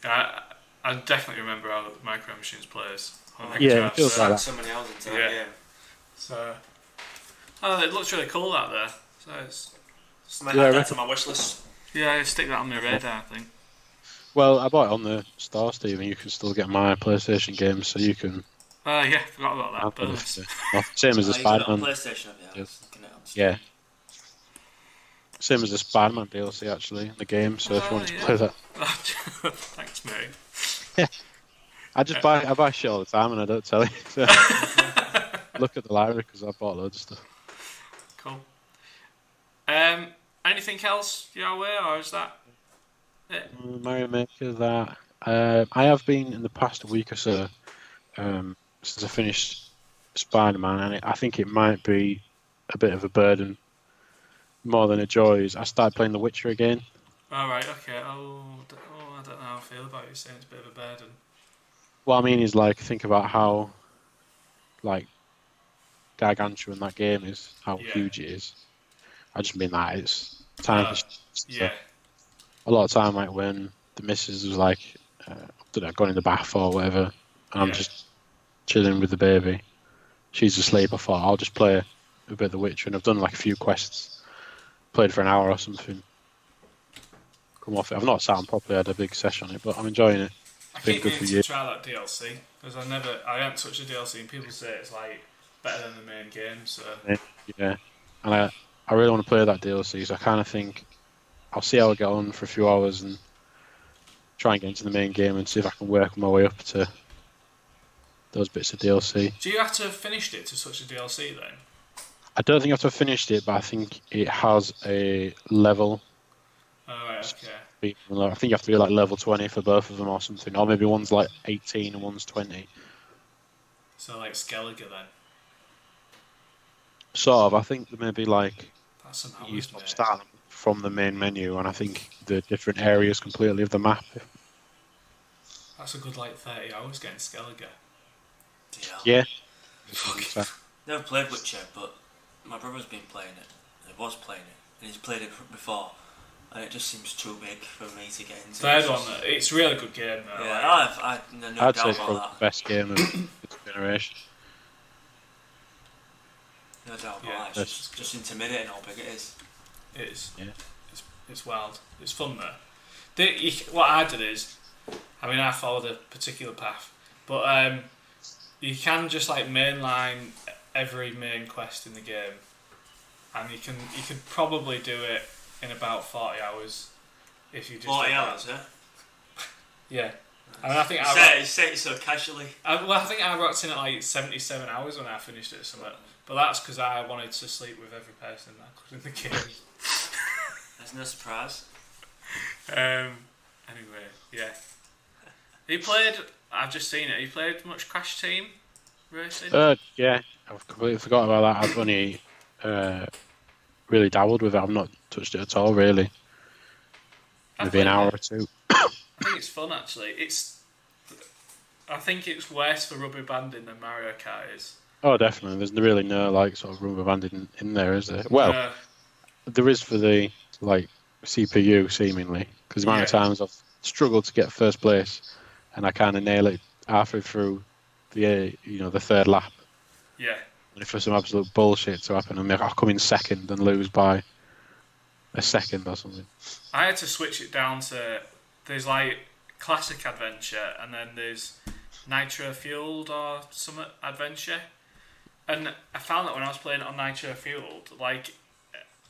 S4: I I definitely remember how Micro Machines plays. on Mega
S1: Yeah, it
S4: Drive,
S1: feels
S4: so-
S1: like
S3: Like
S1: that.
S3: somebody else into
S4: Yeah.
S3: that game.
S4: So, oh, it looks really cool out there. So it's
S3: So I might
S1: Yeah, I
S3: add that
S1: reckon-
S3: to my wish list.
S4: yeah, I stick that on my radar. I think.
S1: Well, I bought it on the store, Steve, and you can still get my PlayStation games, so you can.
S2: Oh yeah, forgot about that.
S1: have it
S2: Bonus.
S1: if you- well, same as the
S3: Oh, you got it
S1: Spider
S3: on
S1: Man.
S3: PlayStation, have you? I was looking at it on Steam.
S1: Yeah. Same as the Spider Man DLC, actually, in the game, so if you
S2: Oh,
S1: want to
S2: yeah.
S1: play that.
S2: [laughs] Thanks, mate.
S1: I just buy I buy shit all the time and I don't tell you. So. Look at the library because I bought loads of stuff.
S2: Cool. Um, anything else you're aware, or is that?
S1: Mario Maker that uh, I have been in the past week or so um, since I finished Spider Man, and it, I think it might be a bit of a burden more than a joy. Is I started playing The Witcher again.
S2: All right. Okay. Oh, d- oh, I don't know how I feel about you saying it's a bit of a burden.
S1: What I mean is like think about how like gargantuan that game is, how
S2: Yeah.
S1: huge it is. I just mean that it's time.
S2: Uh,
S1: for-
S2: Yeah.
S1: a lot of time, like when the missus was like, uh, I don't know, gone in the bath or whatever, and I'm
S2: Yeah.
S1: just chilling with the baby. She's asleep. I thought I'll just play a bit of The Witcher, and I've done like a few quests, played for an hour or something. Come off it. I've not sat and properly had a big session on it, but I'm enjoying it.
S2: I
S1: been
S2: keep
S1: good
S2: meaning
S1: for
S2: to
S1: you.
S2: try that DLC because I never, I haven't touched the DLC, and people say it's like better than the main game. So
S1: Yeah, and I I really want to play that DLC, so I kind of think I'll see how I get on for a few hours and try and get into the main game and see if I can work my way up to those bits of DLC.
S2: do you have to have finished it to touch the DLC then?
S1: I don't think I've sort of finished it, but I think it has a level.
S2: All Oh, right. Okay.
S1: I think you have to be like level 20 for both of them or something, or maybe one's like 18 and one's 20.
S2: So like Skellige then.
S1: Sort of. I think there may be like
S2: That's an hour.
S1: you
S2: isn't
S1: sort of
S2: it?
S1: start from the main menu, and I think the different areas completely of the map.
S2: That's a good like thirty hours getting
S1: [laughs]
S2: Skellige.
S3: DL.
S1: Yeah.
S2: Fuck.
S3: Never played Witcher, but my brother's been playing it. He was playing it, and he's played it f- before, and it just seems too big for me to get into.
S2: Third
S3: It's
S2: one.
S3: just-
S2: though, It's a really good game though. like-
S3: Yeah, I've, I, no, no
S1: I'd
S3: doubt
S1: say it's
S3: about
S1: probably
S3: that.
S1: the best game of this generation.
S3: No doubt about
S2: Yeah,
S3: that. It's just, just intimidating how big it is.
S2: It is.
S1: Yeah.
S2: It's, it's wild. It's fun though. The, you, what I did is, I mean, I followed a particular path, but um, you can just like mainline every main quest in the game, and you can you could probably do it in about forty hours if you just
S3: Forty
S2: did that.
S3: hours, yeah.
S2: Yeah, and I think
S3: You
S2: I,
S3: say,
S2: ro-
S3: it, you say it so casually.
S2: I well I think I rocked in at like seventy seven hours when I finished it or something. But that's because I wanted to sleep with every person that I could in the [laughs] game.
S3: There's no surprise.
S2: Um. Anyway, yeah. He played. I've just seen it. He played much Crash Team Racing.
S1: Uh, yeah, I've completely forgot about that. I've only uh, really dabbled with it. I've not touched it at all, really.
S2: I
S1: Maybe an
S2: played
S1: hour
S2: it.
S1: or two.
S2: I think it's fun actually. It's. I think it's worse for rubber banding than Mario Kart is.
S1: Oh, definitely. There's really no like sort of rubber band in, in there, is there? Well,
S2: Uh,
S1: there is for the like CPU seemingly, because the amount of
S2: Yeah.
S1: times I've struggled to get first place, and I kind of nail it halfway through the uh, you know the third lap.
S2: yeah.
S1: And for some absolute bullshit to happen, and I'll come in second and lose by a second or something.
S2: I had to switch it down to there's like classic adventure and then there's nitro fueled or summit adventure. And I found that when I was playing it on nitro fueled, like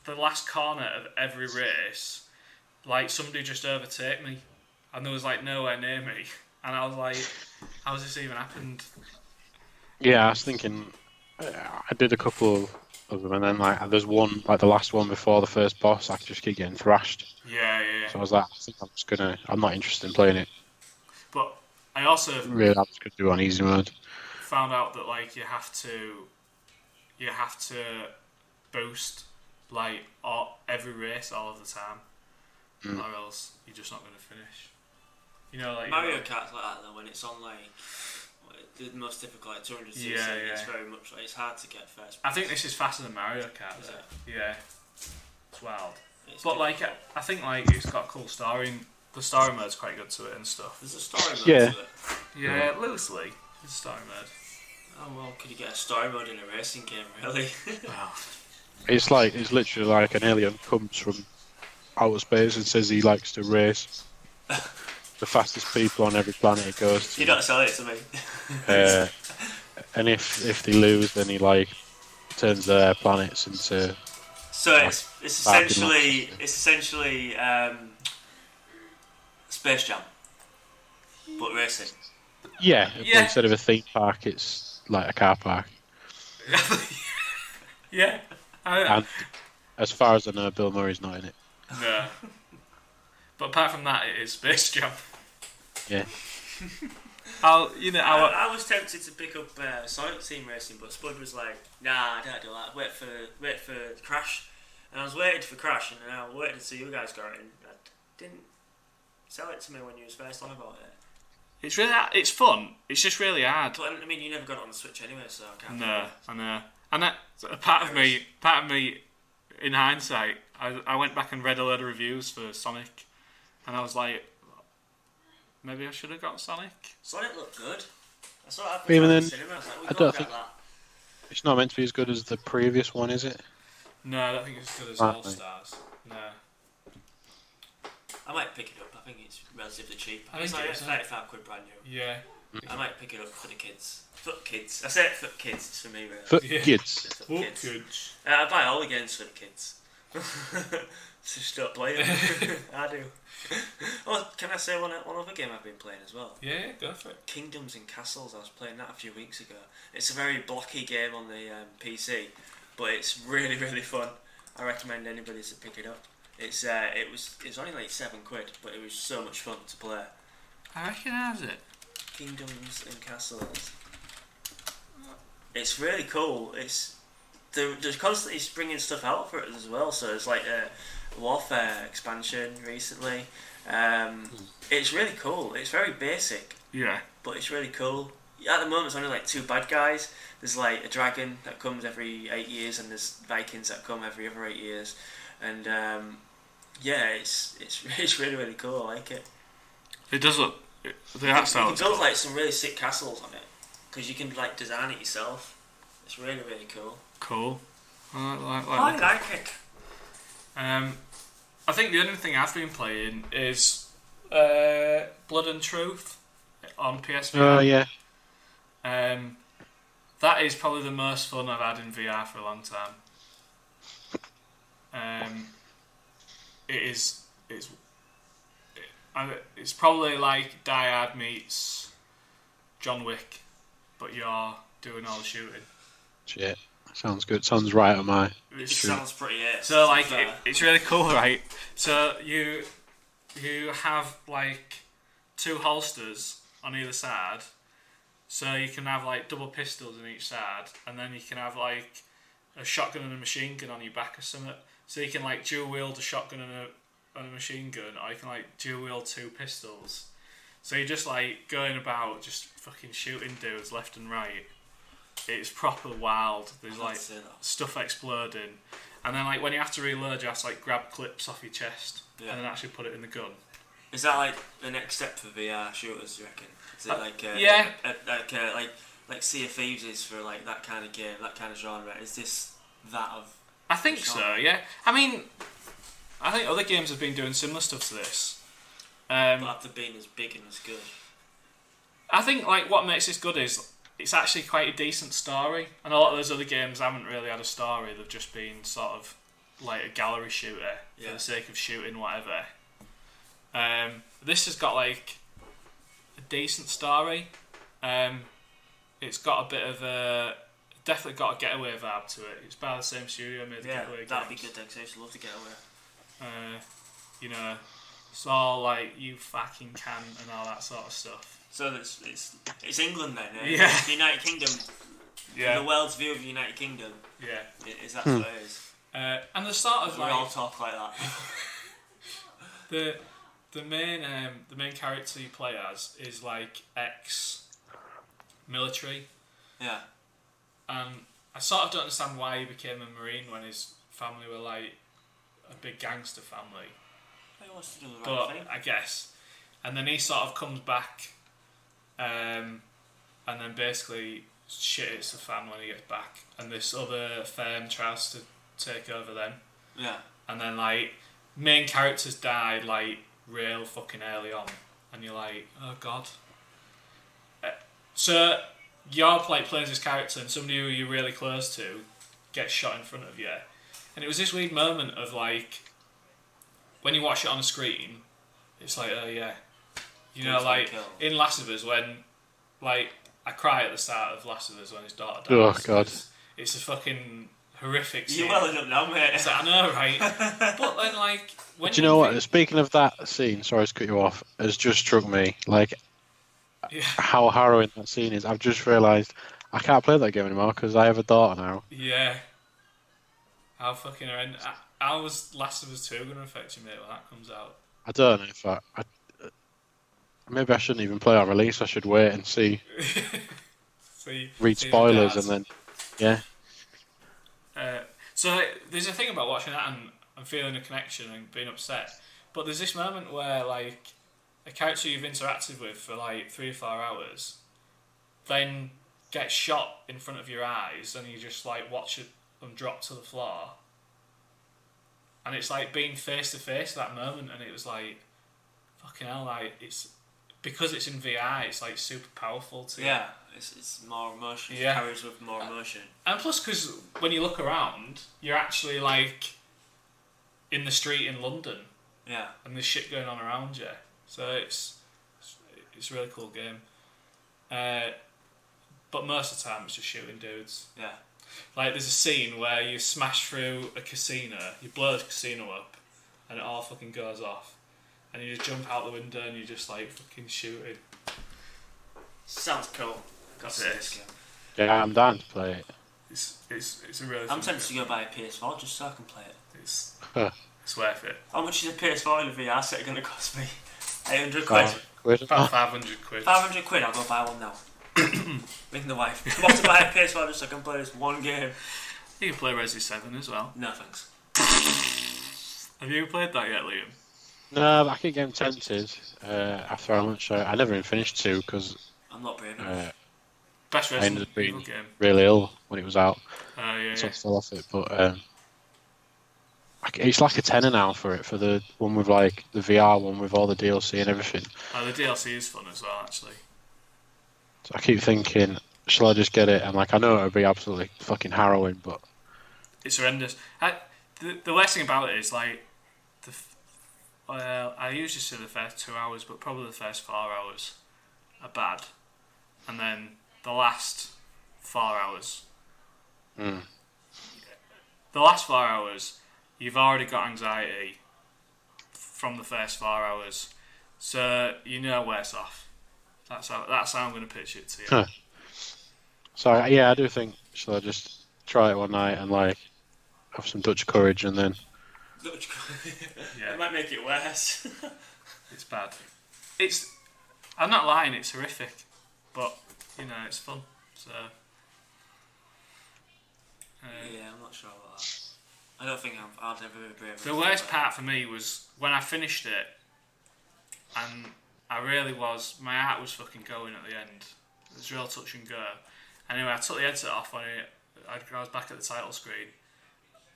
S2: the last corner of every race, like somebody just overtake me, and there was like nowhere near me, and I was like, "How has this even happened?"
S1: Yeah, I was thinking. uh, I did a couple of, of them, and then like there's one, like the last one before the first boss, I just keep getting thrashed.
S2: Yeah, yeah.
S1: So I was like, I think I'm just gonna. I'm not interested in playing it.
S2: But I also
S1: Really, I'm just gonna do it on easy mode.
S2: found out that like you have to you have to boost like all, every race all of the time or else you're just not going to finish you know like
S3: Mario
S2: you
S3: Kart's like that though. When it's on like the most difficult, like 200 cc,
S2: Yeah,
S3: it's
S2: yeah.
S3: very much like it's hard to get first.
S2: I think this is faster than Mario Kart
S3: Is
S2: though.
S3: it?
S2: yeah it's wild
S3: It's
S2: but like I,
S3: difficult.
S2: I think like it's got a cool story and the story mode's quite good to it and stuff
S3: there's a story mode
S1: Yeah.
S3: to it.
S2: yeah loosely it's story mode
S3: Oh well, could you get a story mode in a racing game really? [laughs]
S1: It's like it's literally like an alien comes from outer space and says he likes to race. the fastest people on every planet he goes
S3: You
S1: to.
S3: don't sell it to me.
S1: Uh, and if if they lose, then he like turns their planets into
S3: so it's it's
S1: Back in
S3: essentially
S1: Manchester.
S3: it's essentially um, Space Jam, but racing.
S1: yeah.
S2: Yeah.
S1: Instead of a theme park, it's like a car park.
S2: yeah. I,
S1: And as far as I know, Bill Murray's not in it.
S2: no. [laughs] But apart from that, it is Space Jam.
S1: Yeah.
S2: [laughs] I'll, you know, I'll,
S3: I, I was tempted to pick up uh, Sonic Team Racing, but Spud was like, "Nah, I don't do that. Wait for wait for Crash." And I was waiting for Crash, and I waited to see you guys got it. And I didn't sell it to me when you was first on about it.
S2: it's really, it's fun. It's just really hard.
S3: But I mean, you never got it on the Switch anyway, so I can't.
S2: No, I know. And that, a part of me, part of me, in hindsight, I, I went back and read a load of reviews for Sonic, and I was like, maybe I should have got Sonic.
S3: Sonic looked good. I saw it
S1: Even
S3: Even
S1: then,
S3: then, the cinema. I was like, we
S1: I
S3: got
S1: don't
S3: that.
S1: think- It's not meant to be as good as the previous one, is it?
S4: No, I don't think it's as good as
S1: Right.
S4: All Stars. No.
S3: I might pick it up. I think it's relatively cheap.
S4: I
S3: it's
S4: think
S3: like
S4: it is, yeah.
S3: thirty-five quid brand new.
S4: Yeah.
S1: Mm.
S3: I might pick it up for the kids. Foot kids. I say it foot kids. It's for me, really.
S1: Foot
S4: Yeah.
S1: kids.
S3: Foot
S4: Book
S3: kids.
S4: goods.
S3: Uh, I buy all the games for the kids. [laughs] so
S4: [laughs]
S3: stop playing. [laughs] I do. Oh, can I say one, one other game I've been playing as well?
S4: Yeah, yeah, go for it.
S3: Kingdoms and Castles. I was playing that a few weeks ago. It's a very blocky game on the um, PC, but it's really [laughs] really fun. I recommend anybody to pick it up. It's uh, it was it was only like seven quid, but it was so much fun to play.
S2: I recognise it.
S3: Kingdoms and Castles. It's really cool. It's they're, they're constantly bringing stuff out for it as well. So it's like a warfare expansion recently. Um, it's really cool. It's very basic,
S2: Yeah.
S3: but it's really cool. At the moment, it's only like two bad guys. There's like a dragon that comes every eight years, and there's Vikings that come every other eight years. And um, yeah, it's it's [laughs] it's really really cool. I like it.
S2: It does look. It, the art
S3: You
S2: style.
S3: can
S2: looks
S3: build
S2: cool.
S3: like some really sick castles on it because you can like design it yourself. It's really really cool.
S2: cool. I like,
S3: I
S2: like, like.
S3: like it.
S2: Um, I think the only thing I've been playing is uh, Blood and Truth on PSVR.
S1: Oh yeah.
S2: Um, that is probably the most fun I've had in VR for a long time. Um, it is. It's. It, I- it's probably like Die Hard meets John Wick, but you're doing all the shooting.
S1: Shit. Sounds good. Sounds right on my.
S3: It
S2: It's-
S3: sounds pretty ace.
S2: so like, it,
S3: fair.
S2: it's really cool, right? So you you have like two holsters on either side, so you can have like double pistols on each side, and then you can have like a shotgun and a machine gun on your back or something. So you can like dual wield a shotgun and a and a machine gun, or you can like dual wield two pistols. So you're just like going about just fucking shooting dudes left and right. It's proper wild. There's
S3: I'd
S2: like
S3: say that.
S2: stuff exploding, and then like when you have to reload, you have to like grab clips off your chest
S3: Yeah.
S2: and then actually put it in the gun.
S3: Is that like the next step for VR shooters? You reckon? Is it
S2: Uh,
S3: like uh,
S2: yeah.
S3: uh, like uh, like like Sea of Thieves is for like that kind of game, that kind of genre? Is this that of?
S2: I think
S3: Sure.
S2: so. Yeah. I mean, I think other games have been doing similar stuff to this. Um,
S3: But after being as big and as good,
S2: I think like what makes this good is it's actually quite a decent story, and a lot of those other games haven't really had a story. They've just been sort of like a gallery shooter
S3: Yeah.
S2: for the sake of shooting whatever. Um, this has got like a decent story. Um, it's got a bit of a definitely got a getaway vibe to it. It's by the same studio made the
S3: yeah,
S2: getaway
S3: that'd be
S2: games.
S3: good. I'd actually love to get away.
S2: Uh, you know, it's all like you fucking can and all that sort of stuff.
S3: So it's it's it's England then. Eh?
S2: Yeah.
S3: The
S2: [laughs]
S3: United Kingdom. The
S2: Yeah,
S3: world's view of the United Kingdom.
S2: yeah.
S3: i- Is that what it is?
S2: Uh, and the sort of
S3: We
S2: like
S3: all talk like that.
S2: [laughs] the the main um, the main character you play as is like ex military,
S3: Yeah.
S2: and I sort of don't understand why he became a marine when his family were like a big gangster family.
S3: Who wants to do the right
S2: but
S3: thing?
S2: I guess, and then he sort of comes back, um, and then basically shit hits the fan when he gets back, and this other firm tries to take over them,
S3: Yeah.
S2: and then like main characters die like real fucking early on, and you're like, oh god. Uh, so you're like playing this character, and somebody who you're really close to gets shot in front of you, and it was this weird moment of like, when you watch it on a screen, it's like, oh yeah, you know,
S3: Instant
S2: like
S3: kill.
S2: in Last of Us when, like, I cry at the start of Last of Us when his daughter dies.
S1: Oh, God.
S2: It's, it's a fucking horrific scene.
S3: You're welling up now, mate. [laughs]
S2: It's like, I know, right? but then, like, when
S1: Do you know
S2: think-
S1: what? Speaking of that scene, sorry to cut you off, has just struck me like
S2: [laughs] Yeah.
S1: how harrowing that scene is. I've just realised I can't play that game anymore because I have a daughter now.
S2: Yeah. How fucking horrendous. How was Last of Us 2 going to affect you, mate, when that comes out? [laughs]
S1: I don't know if I, I maybe I shouldn't even play on release. I should wait and see,
S2: See,
S1: read
S2: see the
S1: spoilers,
S2: cards.
S1: and then yeah,
S2: Uh, so there's a thing about watching that and, and feeling a connection and being upset. But there's this moment where, like, a character you've interacted with for, like, three or four hours then gets shot in front of your eyes and you just, like, watch it them drop to the floor. And it's like being face to face that moment, and it was like, fucking hell, like, it's because it's in VR, it's like super powerful to you.
S3: yeah, it's, it's more emotion. It
S2: Yeah.
S3: carries with more emotion.
S2: And plus, because when you look around, you're actually like in the street in London,
S3: Yeah.
S2: and there's shit going on around you. So it's it's, it's a really cool game. Uh, but most of the time, it's just shooting dudes.
S3: Yeah.
S2: Like there's a scene where you smash through a casino, you blow the casino up, and it all fucking goes off, and you just jump out the window and you're just like fucking shooting.
S3: Sounds cool. Got to
S2: That's
S3: this
S2: it.
S3: game.
S1: yeah, I'm down to play it.
S2: It's it's it's a really.
S3: I'm
S2: fun
S3: tempted to
S2: game.
S3: go buy a PS4 just so I can play it.
S2: It's it's worth it.
S3: How much is a PS4 and a VR set going to cost me? [laughs] 800 quid.
S1: Five quid.
S2: About five hundred quid.
S3: 500 quid, I'll go buy one now. [coughs] Ring the wife. Come on to buy a PS4 just so I can play this one game.
S2: You can play Resi Seven as well.
S3: No thanks.
S2: Have you played that yet, Liam?
S1: [laughs] No, but I keep getting tempted uh, after how much I, I never even finished two because
S3: I'm not brave enough.
S1: uh,
S2: Best
S1: I ended
S2: Resident
S1: up
S2: Evil
S1: being
S2: game.
S1: really ill when it was out,
S2: Oh yeah,
S1: so
S2: yeah.
S1: I fell off it. But um, I c- it's like a tenner now for it for the one with like the VR one with all the DLC and everything.
S2: Oh, the DLC is fun as well, actually.
S1: So I keep thinking, shall I just get it? And like I know it'll be absolutely fucking harrowing, but
S2: It's horrendous. I, the, the worst thing about it is like the. f- Well, I usually say the first two hours, but probably the first four hours are bad, and then the last four hours.
S1: Mm.
S2: The last four hours, you've already got anxiety from the first four hours, so you know worse off. That's how that's how I'm going to pitch it to you.
S1: Huh. So I- yeah, I do think should I just try it one night and like have some Dutch courage and then
S2: Yeah.
S3: [laughs] it might make it worse. [laughs]
S2: It's bad. It's. I'm not lying. It's horrific, but you know it's fun. So. Uh,
S3: yeah, I'm not sure about that. I don't think I'm, I'll never be brave enough.
S2: the
S3: to
S2: worst
S3: play
S2: part for me was when I finished it, and I really was. My heart was fucking going at the end. It was real touch and go. Anyway, I took the headset off when it, I was back at the title screen,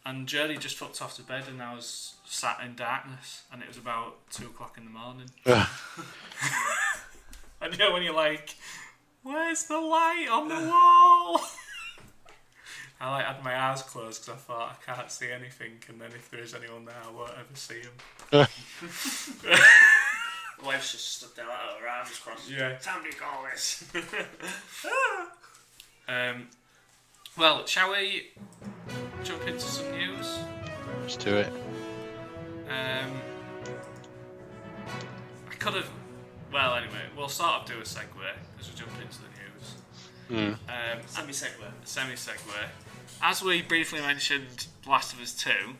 S2: and Jodie just fucked off to bed, and I was sat in darkness, and it was about two o'clock in the morning. [laughs] I know when you're like, "Where's the light on the wall?" [laughs] I like had my eyes closed because I thought I can't see anything, and then if there is anyone there, I won't ever see him.
S3: it. My wife's just stood there like her arms crossed.
S2: Yeah.
S3: Somebody call [laughs] this.
S2: Um, well, shall we jump into some news?
S1: let's do it.
S2: Um, I could have. Well, anyway, we'll sort of do a segue as we jump into the news. Um,
S3: Send me segue.
S2: semi segue. As we briefly mentioned, Last of Us Two.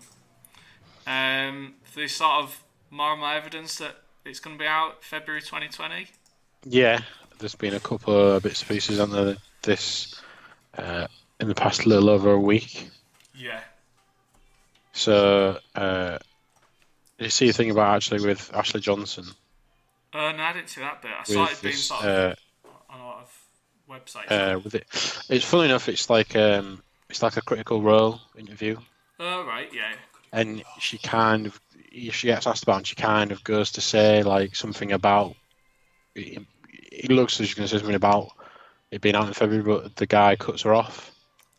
S2: Um, there's sort of more and more evidence that it's going to be out February 2020.
S1: Yeah, there's been a couple of bits and pieces on the, this uh, in the past little over a week.
S2: Yeah.
S1: So uh, you see a thing about actually with Ashley Johnson
S2: Uh, no, I didn't see that bit. I saw it
S1: with
S2: being
S1: this,
S2: sort
S1: uh,
S2: of on a lot of websites.
S1: uh, with it. It's funny enough. It's like um, it's like a critical role interview,
S2: oh right, yeah.
S1: and she kind of she gets asked about, it and she kind of goes to say like something about he, he looks as you can say something about it being out in February, but the guy cuts her off.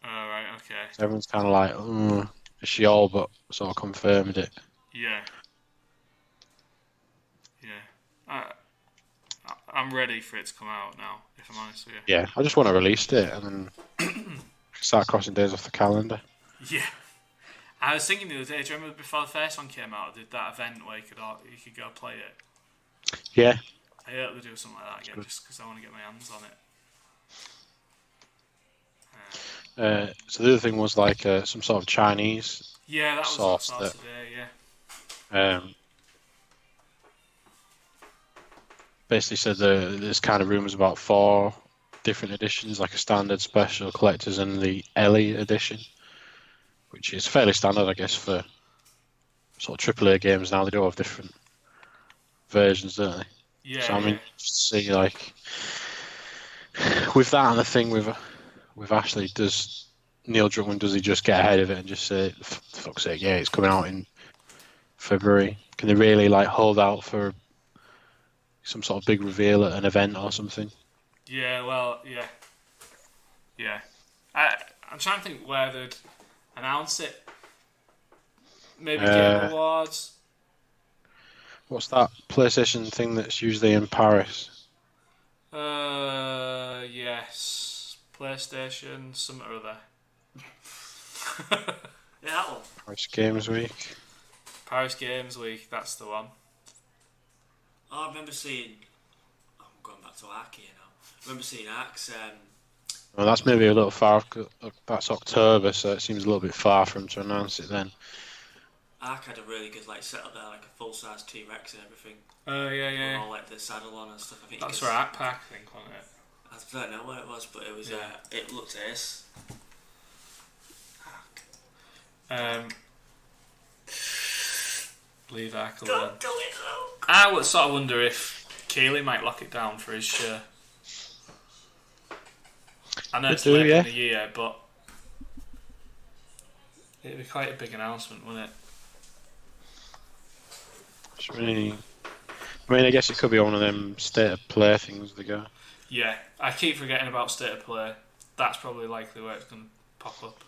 S2: Oh, right, okay.
S1: So everyone's kind of like, mm, is she all but sort of confirmed it?
S2: Yeah. Yeah. I, I- I'm ready for it to come out now, if I'm honest with you.
S1: Yeah, I just want to release it and then start crossing days off the calendar.
S2: Yeah. I was thinking the other day, do you remember before the first one came out, I did that event where you could, all, you could go play it?
S1: Yeah,
S2: I hope they do something like that again, just because I want to get my hands on it.
S1: Uh, so the other thing was like uh, some sort of Chinese.
S2: Yeah, that was
S1: Sauce
S2: on
S1: that-
S2: Saturday, yeah.
S1: Um, basically said there, there's kind of rumours about four different editions, like a standard, special, collectors, and the Ellie edition, which is fairly standard, I guess, for sort of AAA games now. They do have different versions, don't they?
S2: Yeah,
S1: So I
S2: yeah.
S1: mean, see, like [sighs] with that and the thing with with Ashley, does Neil Druckmann does he just get ahead of it and just say, "F- for "Fuck's sake, yeah, it's coming out in February"? Can they really like hold out for some sort of big reveal at an event or something?
S2: Yeah, well, yeah, yeah. I I'm trying to think where they'd announce it. Maybe
S1: Uh,
S2: Game Awards.
S1: What's that PlayStation thing that's usually in Paris?
S2: Uh, yes, PlayStation, some or other.
S3: Yeah, that one.
S1: Paris Games Week.
S2: [laughs] Paris Games Week. That's the one.
S3: Oh, I remember seeing. I'm going back to Ark here now. I remember seeing Ark's. Um,
S1: Well, that's maybe a little far. uh, That's October, so it seems a little bit far for him to announce it then.
S3: Ark had a really good like setup there, like a full size T Rex and everything,
S2: Oh yeah, yeah.
S3: with all like the saddle on and stuff. I think you
S2: That's
S3: could-
S2: right. Act Pack, I think, on it.
S3: I don't know what it was, but it was. Uh,
S2: Yeah.
S3: it looked ace.
S2: Um, leave Ackle alone.
S3: do it though.
S2: I would sort of wonder if Keeley might lock it down for his share. I know
S1: Could
S2: it's
S1: do,
S2: late
S1: yeah.
S2: in the year, but it'd be quite a big announcement, wouldn't it?
S1: It's really. I mean, I guess it could be one of them state of play things they go.
S2: Yeah, I keep forgetting about state of play. That's probably likely where it's going to pop up.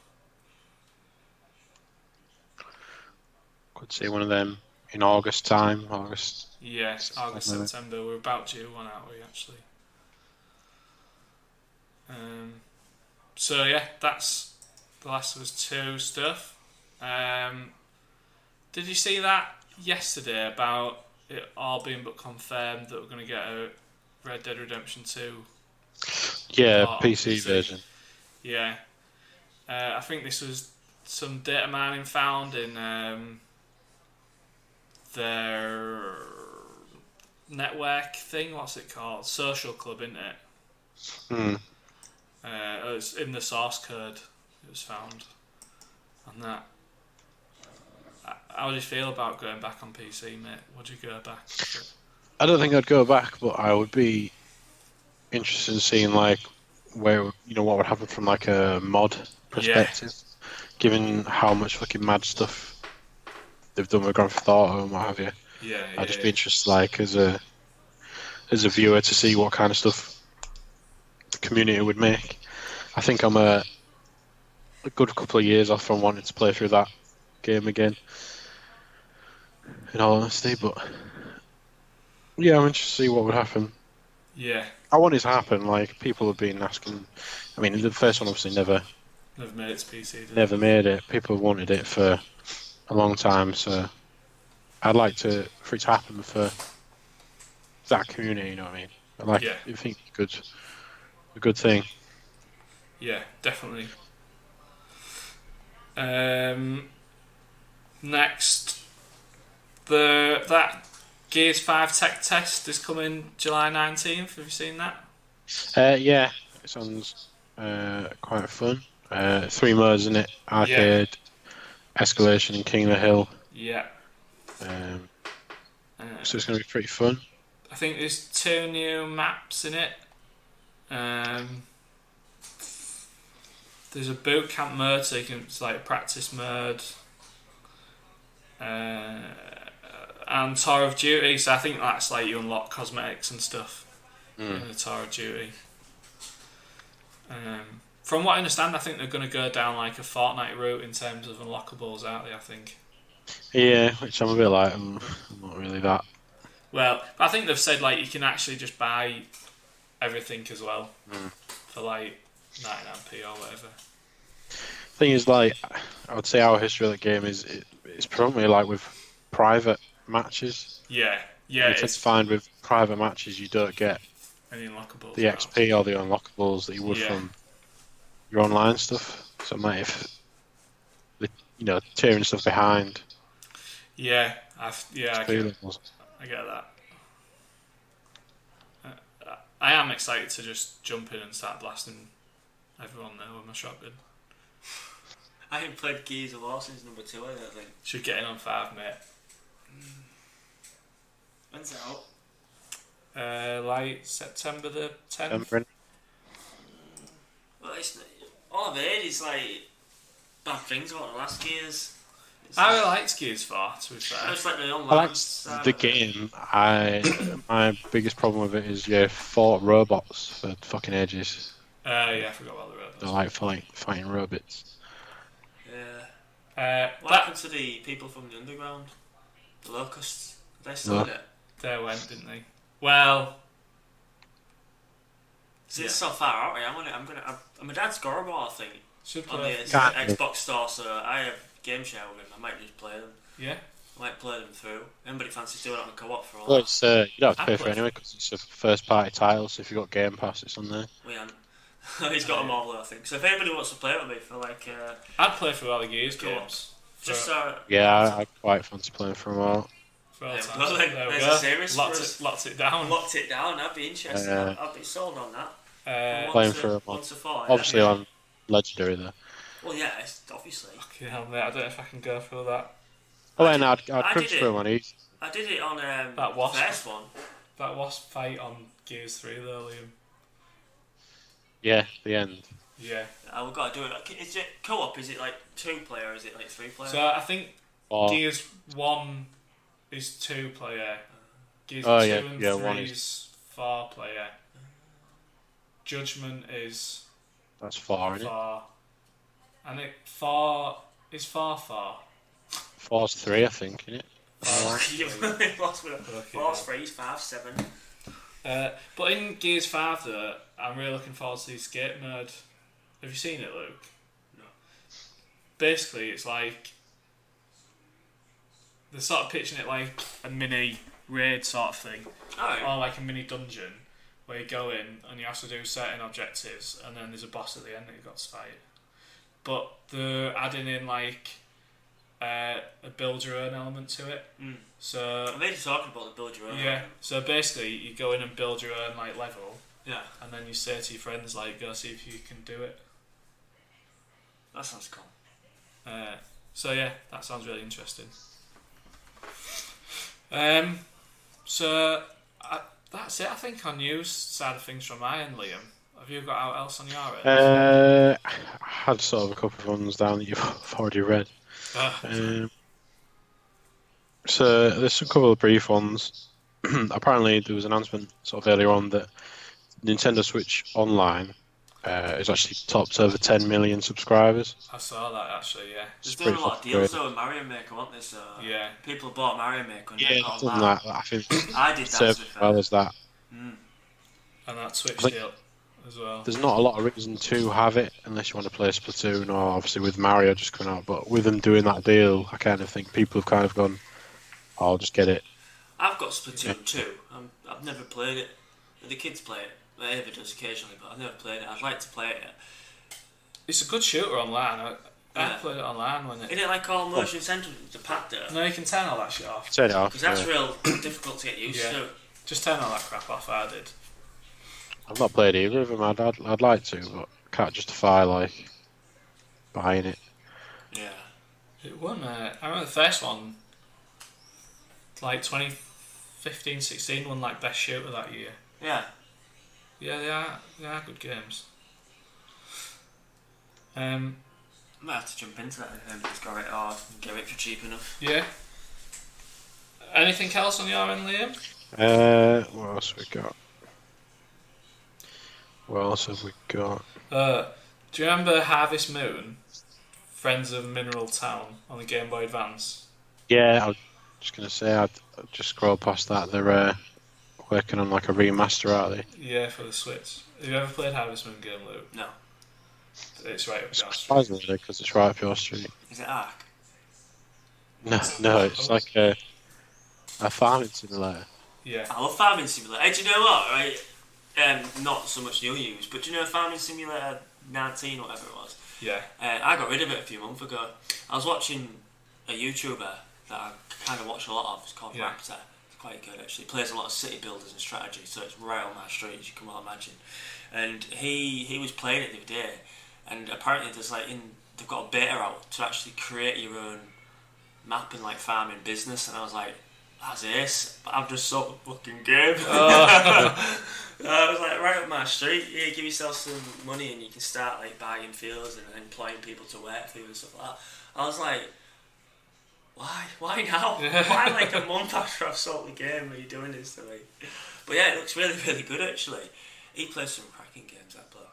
S1: Could see one of them in August time, August.
S2: Yes, August,
S1: Definitely.
S2: September. We're about to do one, aren't we? Actually. Um, so yeah, that's the Last of Us Two stuff. Um, did you see that yesterday about it all being but confirmed that we're going to get a Red Dead Redemption Two?
S1: Yeah,
S2: Oh,
S1: PC
S2: PC.
S1: version.
S2: Yeah, uh, I think this was some data mining found in um, their network thing. What's it called? Social club, isn't it?
S1: Hmm.
S2: Uh, it was in the source code it was found. And that. h- How do you feel about going back on PC, mate? Would you go back?
S1: I don't think I'd go back, but I would be interested in seeing like where you know what would happen from like a mod perspective, given how much fucking mad stuff they've done with Grand Theft Auto and what have you.
S2: Yeah,
S1: I'd just be interested, like as a as a viewer, to see what kind of stuff the community would make. I think I'm a a good couple of years off from wanting to play through that game again. In all honesty, but yeah, I'm interested to see what would happen.
S2: yeah.
S1: I want it to happen. Like people have been asking. I mean, the first one obviously never
S2: Never made it to PC. Did it?
S1: never made it. People have wanted it for a long time, so I'd like to for it to happen for that community. You know what I mean? I like,
S2: Yeah.
S1: you think it's good, a good thing.
S2: Yeah, definitely. Um, next, the that Gears Five tech test is coming July nineteenth. Have you seen that?
S1: Uh, yeah, it sounds uh, quite fun. Uh, three modes in it: arcade, escalation, and King of the Hill.
S2: Yeah.
S1: Um,
S2: Uh,
S1: so it's going to be pretty fun.
S2: I think there's two new maps in it. Um, there's a boot camp mode, so you can it's like a practice mode. Uh, and Tower of Duty, so I think that's like you unlock cosmetics and stuff.
S1: Mm.
S2: in the Tower of Duty. Um, from what I understand, I think they're going to go down like a Fortnite route in terms of unlockables, aren't they? I think.
S1: Yeah, which I'm a bit like, mm, I'm not really that.
S2: Well, but I think they've said like you can actually just buy everything as well for like 99p or whatever.
S1: Thing is, like, I would say our history of the game is it, it's predominantly like with private matches.
S2: Yeah, yeah,
S1: you tend to
S2: it's
S1: find with private matches you don't get
S2: any unlockables.
S1: the
S2: now.
S1: XP or the unlockables that you would
S2: Yeah.
S1: from your online stuff. So, mate, if the, you know tearing stuff behind,
S2: Yeah, I've, yeah, I get,
S1: feeling was-
S2: I get that. Uh, I am excited to just jump in and start blasting everyone there with my shotgun.
S3: I haven't played Gears of War since number two, I don't think.
S2: Should get in on five, mate.
S3: When's it out?
S2: Uh, like September the
S1: um,
S2: 10th.
S1: Brendan,
S3: Well, it's, all I've heard is like bad things about the last Gears. It's
S2: I
S3: like,
S2: really liked Gears 4, to be fair. Uh,
S3: it's like my own
S1: I
S3: lads,
S1: liked
S3: uh,
S1: the game. I my biggest problem with it is you fought robots for fucking ages.
S2: Uh, yeah, I forgot about the robots.
S1: They're like fighting fighting robots.
S3: Yeah.
S2: Uh,
S3: What
S2: that,
S3: happened to the people from the underground? The locusts? They still in it?
S2: they went, didn't they? Well,
S3: See,
S2: Yeah.
S3: it's so far out. I'm gonna, I'm gonna, I'm, I'm a dad's Gorobot, I think,
S2: should
S3: on the
S2: play.
S1: Can't
S3: uh,
S1: be.
S3: Xbox store. So I have game share with him. I might just play them.
S2: Yeah.
S3: I might play them through. Anybody fancy doing it on co-op for all?
S1: Well, it's uh, you don't have to
S2: I
S1: pay for
S2: play-
S1: it anyway because it's a first party title. So if you have got Game Pass, it's on there.
S3: We aren't. [laughs] He's got them all, though, I think. So if anybody wants to play with me for like, uh,
S2: I'd play through all the Gears
S3: Go on.
S2: games. For,
S3: just uh,
S1: Yeah, I, I quite fancy playing for a while.
S2: for all
S3: Yeah,
S2: time.
S3: well, then,
S2: there we
S3: there's
S2: go.
S3: a series for
S2: Locked
S3: us.
S2: it, locked it down.
S3: locked it down, I'd be interested.
S1: Uh,
S3: I'd, I'd be sold on that.
S2: Uh,
S1: Playing
S3: to,
S1: for a month.
S3: one to four. yeah.
S1: Obviously on Legendary though.
S3: Well, yeah, it's obviously.
S2: fucking hell, mate, I don't know if I can go through that.
S1: Oh, and I'd,
S3: I
S1: I'd
S3: did
S1: crunch
S3: it.
S1: for them on easy.
S3: I did it on um,
S2: That wasp.
S3: the first one.
S2: That wasp fight on Gears 3, though, Liam.
S1: Yeah, the end.
S2: Yeah.
S3: I have got to do it. Like, Is it co-op? Is it like two player? Is it like three player? [laughs]
S2: So I think
S1: Or
S2: Gears 1 is 2 player, Gears
S1: Oh,
S2: 2
S1: yeah,
S2: and
S1: yeah,
S2: 3
S1: one
S2: is...
S1: is-
S2: 4 player, Judgment is
S1: that's far, isn't it?
S2: 4, and it 4 is 4 4.
S1: Four's three, I think, isn't it?
S3: You've really [laughs] lost me.
S2: Fucking
S3: Lost
S2: hell.
S3: freeze five seven.
S2: Uh, but in Gears 5, though, I'm really looking forward to the escape mode. Have you seen it, Luke?
S3: No.
S2: Basically, it's like they're sort of pitching it like a mini raid sort of thing,
S3: Oh,
S2: or like a mini dungeon where you go in and you have to do certain objectives, and then there's a boss at the end that you've got to fight. But they're adding in like uh, a build your own element to it.
S3: Mm.
S2: So
S3: I'm just talking about the build your own.
S2: yeah, so basically you go in and build your own like level,
S3: yeah.
S2: and then you say to your friends like go see if you can do it
S3: That sounds cool.
S2: uh, so yeah that sounds really interesting um, so I, that's it I think on news side of things from my end Liam have you got out else on your end
S1: Uh, I had sort of a couple of ones down that you've [laughs] already read.
S2: Ah,
S1: Um, so there's a couple of brief ones. [clears throat] Apparently, there was an announcement sort of earlier on that Nintendo Switch Online uh, is actually topped over 10 million subscribers.
S2: I saw that actually yeah
S1: It's
S3: There's doing a
S1: pretty
S3: lot of
S1: fucking
S3: deals
S1: great.
S3: though with Mario Maker, aren't there? So
S2: yeah
S3: people bought Mario Maker. And
S1: Yeah,
S3: they got
S1: other than
S3: that.
S1: that, I think
S3: I did that.
S1: served
S3: To be fair.
S1: well as that.
S2: and that Twitch
S1: Like-
S2: deal as well
S1: There's not a lot of reason to have it unless you want to play Splatoon or obviously with Mario just coming out. But with them doing that deal, I kind of think people have kind of gone, I'll just get it.
S3: I've got Splatoon two. I'm, I've never played it. The kids play it. Well, Ava does occasionally, but I've never played it. I'd like to play it.
S2: it's a good shooter online I, I
S3: Yeah.
S2: played it online when it
S3: Isn't it like all motion sentiment? The pad there.
S2: no you can turn all that shit off
S1: Turn it off.
S3: Because that's
S1: yeah. uh,
S3: real [coughs] difficult to get used
S2: Yeah.
S3: to.
S2: just turn all that crap off I did
S1: I've not played either of them. I'd, I'd, I'd like to, but can't justify like buying it.
S3: Yeah.
S2: It won. Uh, I remember the first one, like 2015 16, won like best shooter that year.
S3: Yeah.
S2: Yeah, they are, they are good games. Um,
S3: I might have to jump into that if anybody's got it or get it for cheap enough.
S2: yeah. Anything else on your end, Liam?
S1: Uh, what else we got? What else have we got?
S4: Uh, do you remember Harvest Moon? Friends of Mineral Town on the Game Boy Advance.
S1: Yeah, I was just gonna say I'd I'd just scroll past that. They're uh, working on like a remaster, aren't they?
S4: Yeah, for the Switch. Have you ever played Harvest Moon game, Luke?
S3: No.
S4: It's right up your street.
S1: Surprisingly, because it's right up your street.
S3: Is it Ark?
S1: No, no, it's like a a farming simulator.
S4: Yeah.
S3: I love Farming Simulator. Hey, do you know what? Right, um, not so much new use, but do you know Farming Simulator 19 or whatever it was?
S4: Yeah.
S3: Uh, I got rid of it a few months ago. I was watching a YouTuber that I kind of watch a lot of. It's called
S4: Yeah.
S3: Raptor. It's quite good actually. plays a lot of city builders and strategy, so it's right on my street, as you can well imagine. And he he was playing it the other day, and apparently there's like in they've got a beta out to actually create your own map in like farming business, and I was like. That's ace, but I'm just so fucking game. [laughs] I was like, right up my street. Yeah, give yourself some money and you can start like buying fields and employing people to work for you and stuff like that. I was like, why? Why now? why like a month after I've sold the game are you doing this to me? But yeah, it looks really, really good actually. He plays some cracking games, that bloke.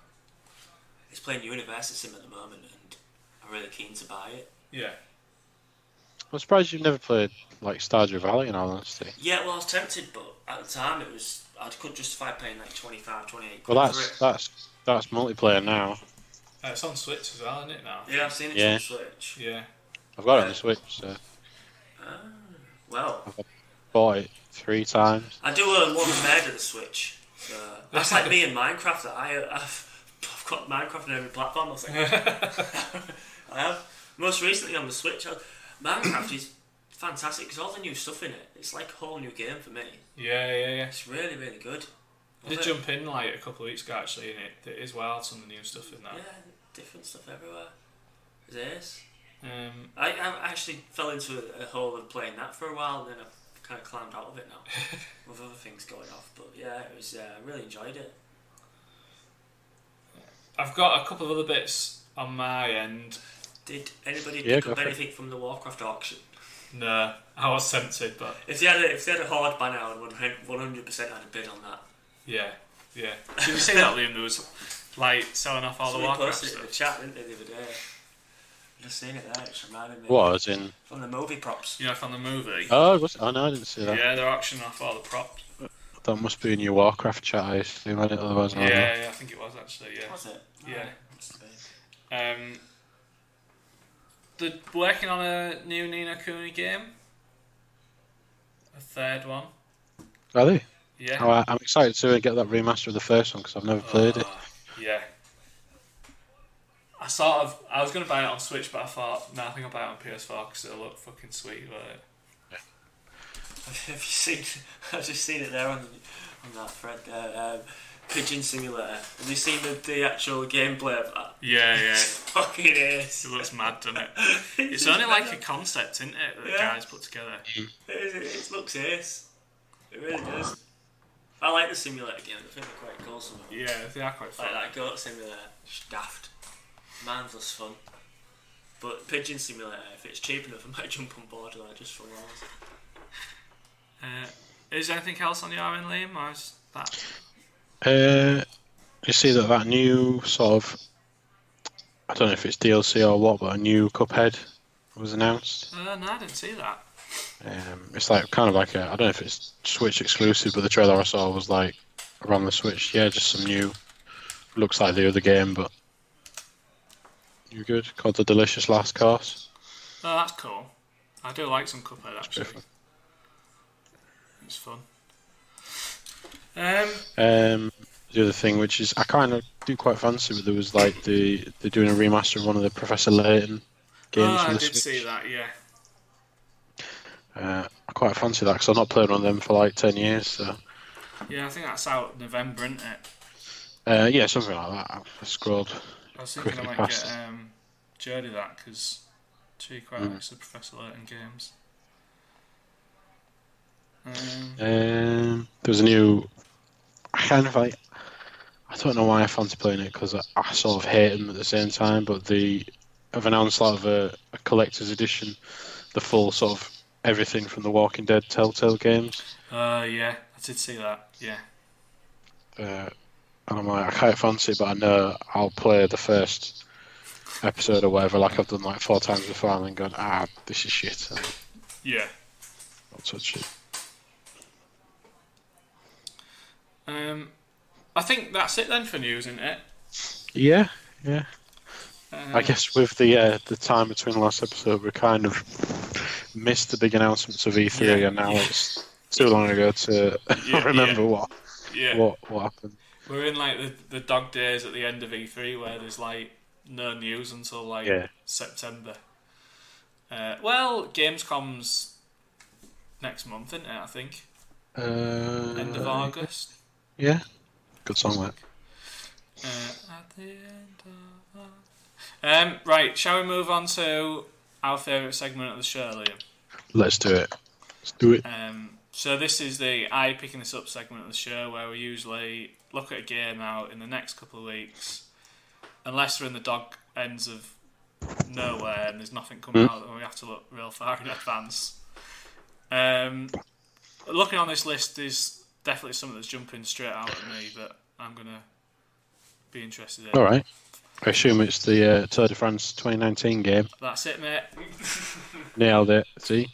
S3: He's playing University Sim at the moment and I'm really keen to buy it.
S4: Yeah.
S1: I'm surprised you've never played like Stardew Valley in all honesty.
S3: Yeah, well, I was tempted, but at the time it was, I couldn't justify paying like 25, 28 quid
S1: Well,
S3: for it.
S1: that's that's that's multiplayer now.
S4: Uh, it's on Switch as well, isn't it now?
S3: Yeah, I've seen it
S1: Yeah.
S3: on Switch.
S4: Yeah.
S1: I've got it on the Switch, so
S3: Well,
S1: bought it three times.
S3: I do own one third of the Switch. So that's like me and Minecraft. That I, I've, I've got Minecraft on every platform.
S4: [laughs]
S3: I think I have. Most recently on the Switch, I, Minecraft is fantastic because all the new stuff in it. It's like a whole new game for me.
S4: Yeah, yeah, yeah.
S3: It's really, really good.
S4: I did
S3: Love it.
S4: jump in like a couple of weeks ago actually, and it, it is wild some of the new stuff in
S3: Yeah,
S4: that.
S3: different stuff everywhere. Is this?
S4: Um,
S3: I, I actually fell into a, a hole of playing that for a while, and then I've kind of climbed out of it now with other things going off. But yeah, it was. Uh, I really enjoyed it.
S4: I've got a couple of other bits on my end.
S3: Did anybody
S1: Yeah,
S3: pick
S1: go
S3: up
S1: for it.
S3: anything from the Warcraft auction?
S4: No, I was tempted, but
S3: If they had a, if they had a hard banner, I would one hundred percent had a bid on that.
S4: yeah, yeah.
S2: Did you see that, Liam? There was like selling off all the
S3: Somebody
S2: Warcraft
S3: posted it in the
S2: stuff.
S3: chat, didn't they, the other day? Just seen it there. It's reminded me
S1: What? As in?
S3: from the movie props.
S2: You know, from the movie.
S1: Oh, was it? oh no, I didn't see that.
S2: Yeah, they're auctioning off all the props.
S1: That must be in your Warcraft chat. I assume. I didn't- Otherwise, I
S2: Yeah,
S1: wouldn't.
S2: yeah, I think it was actually. Yeah.
S3: Was it?
S2: Yeah.
S3: Must have been.
S2: Um,
S3: [laughs]
S2: they're working on a new Nina Cooney game. A third one.
S1: Are they?
S2: Yeah.
S1: Oh, I- I'm excited to get that remaster of the first one because I've never played it.
S2: Uh, Yeah. I sort of I was gonna buy it on Switch, but I thought, no, I think I'll buy it on PS4 because it'll look fucking sweet. But
S3: Have you seen? [laughs] I've just seen it there on on that thread there. Um, Pigeon Simulator. Have you seen the, the actual gameplay of that?
S2: yeah, yeah,
S3: Fucking is.
S2: it looks mad, doesn't it?
S3: [laughs]
S2: It's only like a concept, isn't it, that the
S3: Yeah.
S2: guys put together.
S3: It, is- it looks ace. It really does. I like the simulator games. I think they're quite cool. Some of them.
S2: Yeah, they are quite fun.
S3: Like that goat simulator, just daft. Mine's less fun. But pigeon simulator, if it's cheap enough, [laughs] I might jump on board with that just for once.
S2: Uh, is there anything else on your end, Liam, or is that? Oh.
S1: Uh, you see that that new sort of, I don't know if it's DLC or what, but a new Cuphead was announced.
S2: Uh, no, I didn't see that.
S1: Um, it's like kind of like a, I don't know if it's Switch exclusive, but the trailer I saw was like around the Switch. Yeah, just some new. Looks like the other game, but you good? Called the Delicious Last Course.
S2: Oh, that's cool. I do like some Cuphead actually.
S1: different.
S2: It's fun. Um,
S1: Um, the other thing, which is I kind of do quite fancy, but there was like the they're doing a remaster of one of the Professor Layton games.
S2: oh,
S1: for
S2: I
S1: the
S2: did
S1: Switch.
S2: see that. Yeah.
S1: Uh, I quite fancy that because I've not played one of them for like 10 years. So,
S2: Yeah, I think that's out November, isn't it?
S1: uh, yeah, something like that. I scrolled.
S2: I was thinking I
S1: Quickly
S2: might
S1: passed.
S2: get um, Jody that because she quite
S1: Hmm.
S2: likes the Professor Layton games. Um,
S1: Um, there was a new. I kind of like. I don't know why I fancy playing it because I, I sort of hate them at the same time, but the. I've announced sort of a, a collector's edition, the full sort of everything from the Walking Dead Telltale games.
S2: uh, yeah, I did see that. Yeah,
S1: Uh, and I'm like, I can't fancy it, but I know I'll play the first episode or whatever, like I've done like four times before, and then gone, ah, this is shit. And
S2: Yeah.
S1: I'll touch it.
S2: Um, I think that's it then for news, isn't it?
S1: Yeah, yeah.
S2: Um,
S1: I guess with the uh, the time between the last episode, we kind of missed the big announcements of E3,
S2: Yeah,
S1: and now it's too long ago to [laughs]
S2: Yeah,
S1: remember what
S2: Yeah.
S1: what what happened.
S2: We're in like the, the dog days at the end of E3 where there's like no news until like
S1: Yeah.
S2: September. Uh, well, Gamescom's next month, isn't it? I think
S1: Uh,
S2: end of August.
S1: Yeah, good song that.
S2: Uh, at the end of August. Um, right, shall we move on to our favourite segment of the show, Liam?
S1: Let's do it. Let's do it.
S2: Um, so this is the I picking this up segment of the show where we usually look at a game out in the next couple of weeks, unless we're in the dog ends of nowhere and there's nothing coming out, and we have to look real far in advance. Um, looking on this list is definitely something that's jumping straight out at me that I'm gonna be interested in.
S1: All right. I assume it's the uh, Tour de France 2019 game.
S2: That's it, mate.
S1: Nailed it. See,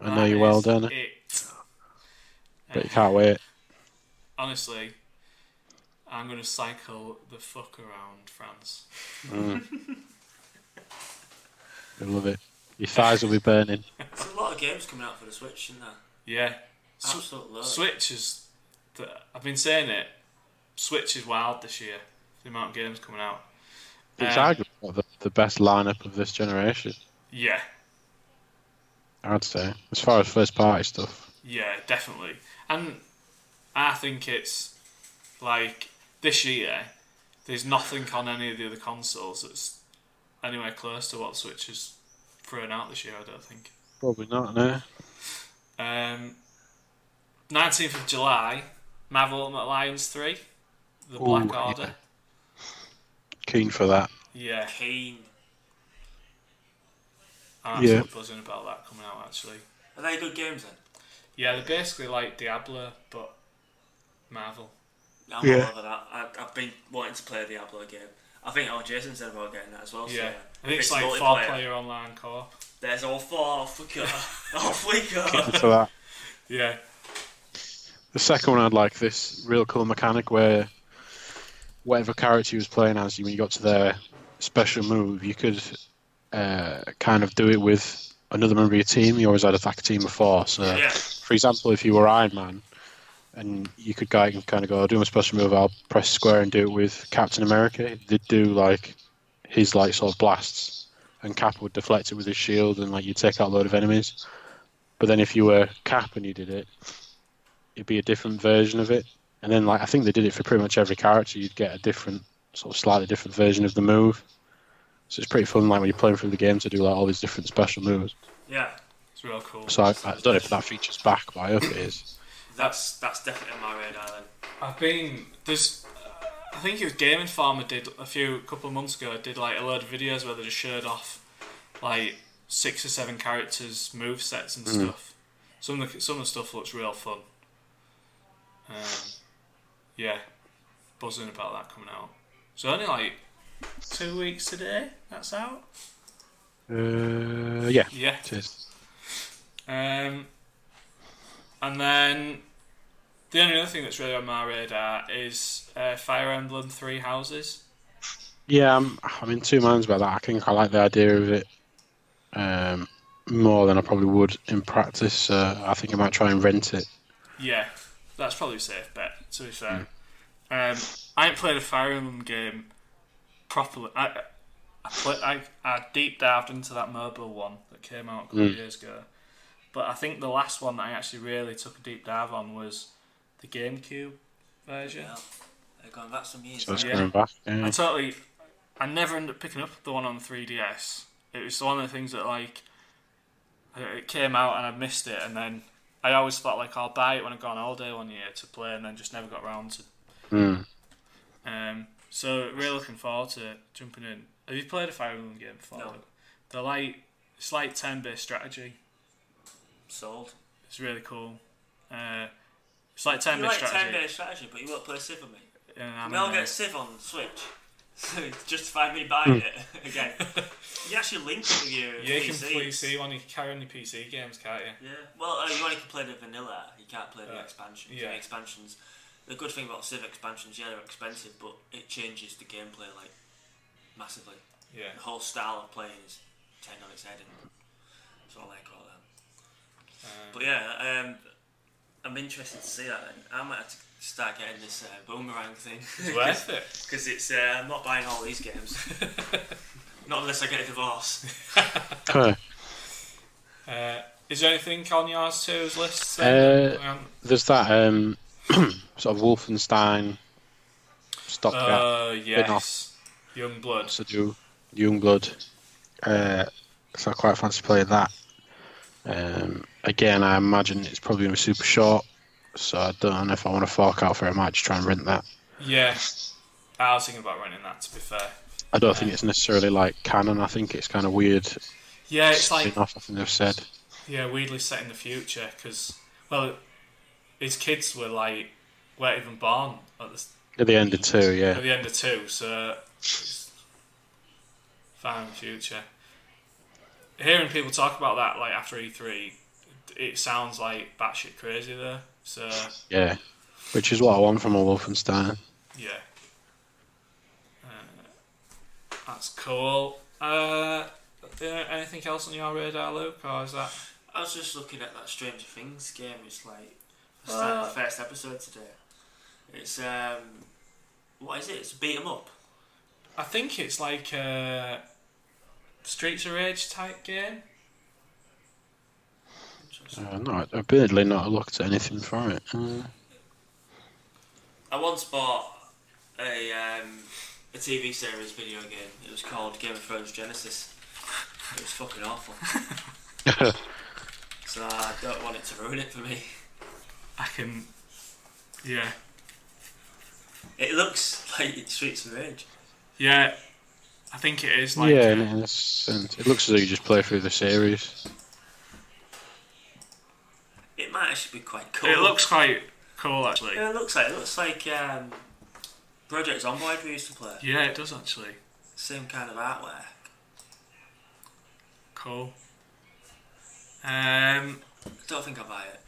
S1: I know
S2: That
S1: you're well
S2: is
S1: done,
S2: it.
S1: but you can't wait.
S2: Honestly, I'm gonna cycle the fuck around France.
S1: I love it. Your thighs will be burning.
S3: There's a lot of games coming out for the Switch, isn't there?
S2: Yeah, Sw-
S3: Absolute load.
S2: Switch is. The, I've been saying it. Switch is wild this year. The amount of games coming out.
S1: It's
S2: Um,
S1: arguably the, the best lineup of this generation.
S2: Yeah,
S1: I'd say, as far as first party stuff.
S2: yeah, definitely. And I think it's like this year. There's nothing on any of the other consoles that's anywhere close to what Switch has thrown out this year. I don't think.
S1: Probably not, no.
S2: Um, 19th of July, Marvel Ultimate Alliance 3, The Black
S1: yeah.
S2: Order.
S1: Keen for that.
S2: Yeah,
S3: Keen.
S2: I'm absolutely
S1: Yeah.
S2: buzzing about that coming out actually.
S3: Are they good games then?
S2: Yeah, they're basically like Diablo, but Marvel.
S3: I'm
S1: Yeah.
S3: all over that. I, I've been wanting to play the Diablo game. I think oh Jason said about getting that as well.
S2: Yeah.
S3: So,
S2: I think it's, like
S3: multiplayer,
S2: four player online co op.
S3: There's all four. Off we go. [laughs] off
S1: [laughs]
S3: we
S1: Keen
S3: go.
S1: for that.
S2: Yeah.
S1: The second one I'd like this real cool mechanic where whatever character you was playing as, when you got to their special move, you could uh, kind of do it with another member of your team. You always had a tag team before, so
S3: Yeah.
S1: for example, if you were Iron Man, and you could go out and kind of go, I'll do my special move, I'll press square and do it with Captain America. They'd do like his like sort of blasts, and Cap would deflect it with his shield, and like you take out a load of enemies. But then if you were Cap and you did it, it'd be a different version of it. And then like I think they did it for pretty much every character, you'd get a different sort of slightly different version of the move. So it's pretty fun, like when you're playing through the game, to do like all these different special moves.
S3: Yeah.
S2: It's real cool.
S1: So I, I don't know if that features back, but I hope it is.
S3: That's that's definitely on my radar then.
S2: I've been there's I think it was Game Informer did a few couple of months ago did like a load of videos where they just showed off like six or seven characters move sets and stuff. Some of the, some of the stuff looks real fun. Um, yeah, buzzing about that coming out. So only like two weeks today. That's out.
S1: Uh, yeah.
S2: Yeah.
S1: It is.
S2: Um, and then the only other thing that's really on my radar is uh, Fire Emblem Three Houses.
S1: Yeah, I'm, I'm in two minds about that. I think I like the idea of it um, more than I probably would in practice. So I think I might try and rent it.
S2: Yeah, that's probably a safe bet. To be fair, um, I ain't played a Fire Emblem game properly. I I, play, I I deep dived into that mobile one that came out a couple of years ago, but I think the last one that I actually really took a deep dive on was the GameCube version.
S3: Yeah. They've gone back some years.
S1: So it's
S2: Yeah.
S1: coming back. Uh,
S2: I
S1: Yeah.
S2: totally. I never ended up picking up the one on 3DS. It was one of the things that like uh, it came out and I missed it, and then I always thought like I'll buy it when I go on holiday one year to play, and then just never got around to.
S1: Mm.
S2: Um, so really looking forward to jumping in. Have you played a Fire Emblem game before?
S3: No.
S2: They're like it's like turn-based strategy.
S3: Sold.
S2: It's really cool. Uh, it's like
S3: You
S2: turn-based
S3: like
S2: strategy.
S3: turn-based strategy, but you won't play Civ with me.
S5: in an
S3: We all
S5: anime.
S3: get Civ on Switch. [laughs] So justify me buying it [laughs] again. You actually link it with your
S2: [laughs] Yeah, you can
S3: PC.
S2: play see one. You can carry on your PC games, can't you?
S3: Yeah. Well, uh, you only can play the vanilla. You can't play the
S2: Uh,
S3: expansions.
S2: yeah.
S3: The expansions. The good thing about Civ expansions, yeah, they're expensive, but it changes the gameplay like massively.
S2: Yeah.
S3: The whole style of playing is turned on its head, and that's what I like about them.
S2: Um,
S3: But yeah, um, I'm interested to see that. Then. I might have to start getting this uh, boomerang thing. [laughs]
S2: it's worth it.
S3: Because it's uh, I'm not buying all
S2: [laughs]
S3: these games. not unless I get a divorce.
S1: Huh.
S2: Uh, is there anything on yours two's list?
S1: Uh,
S2: then? Um,
S1: There's that um, [clears throat] sort of Wolfenstein stopgap
S2: uh, yes. Young blood.
S1: to do Youngblood. Uh, so I quite fancy playing that. Um, again, I imagine it's probably going to be super short, so I don't know if I want to fork out for it. I might just try and rent that.
S2: Yeah. I was thinking about renting that. To be fair.
S1: I don't think it's necessarily like canon. I think it's kind of weird
S2: Yeah, it's like
S1: enough. I think they've said.
S2: yeah, weirdly set in the future because well, his kids were like weren't even born at the
S1: At the end of two, yeah.
S2: at the end of two, so it's far in the future. Hearing people talk about that like after E three, it sounds like batshit crazy though. So
S1: Yeah. Which is what I want from a Wolfenstein.
S2: yeah, uh, that's cool. Uh, uh, anything else on your radar, Luke, or is that?
S3: I was just looking at that Stranger Things game. It's like I started the first episode today. It's um, what is it? It's beat 'em up.
S2: I think it's like a Streets of Rage type game.
S3: Interesting.
S1: Uh, no, I've barely not looked at anything for it. Uh,
S3: I once bought a um, a TV series video game. It was called Game of Thrones Genesis. It was
S2: [laughs]
S3: fucking awful. so I don't want it to ruin it for me.
S2: I can, yeah,
S3: It looks like it's Streets of Rage.
S2: yeah. I think it is like
S1: yeah, in, in a sense. It looks as though you just play through the series.
S3: It might actually be quite cool.
S2: It looks quite cool, actually.
S3: Yeah, it looks like it looks like um, Project Zomboid we used to play.
S2: Yeah, it does actually.
S3: Same kind of artwork.
S2: Cool. Um,
S3: Don't think I'll buy it.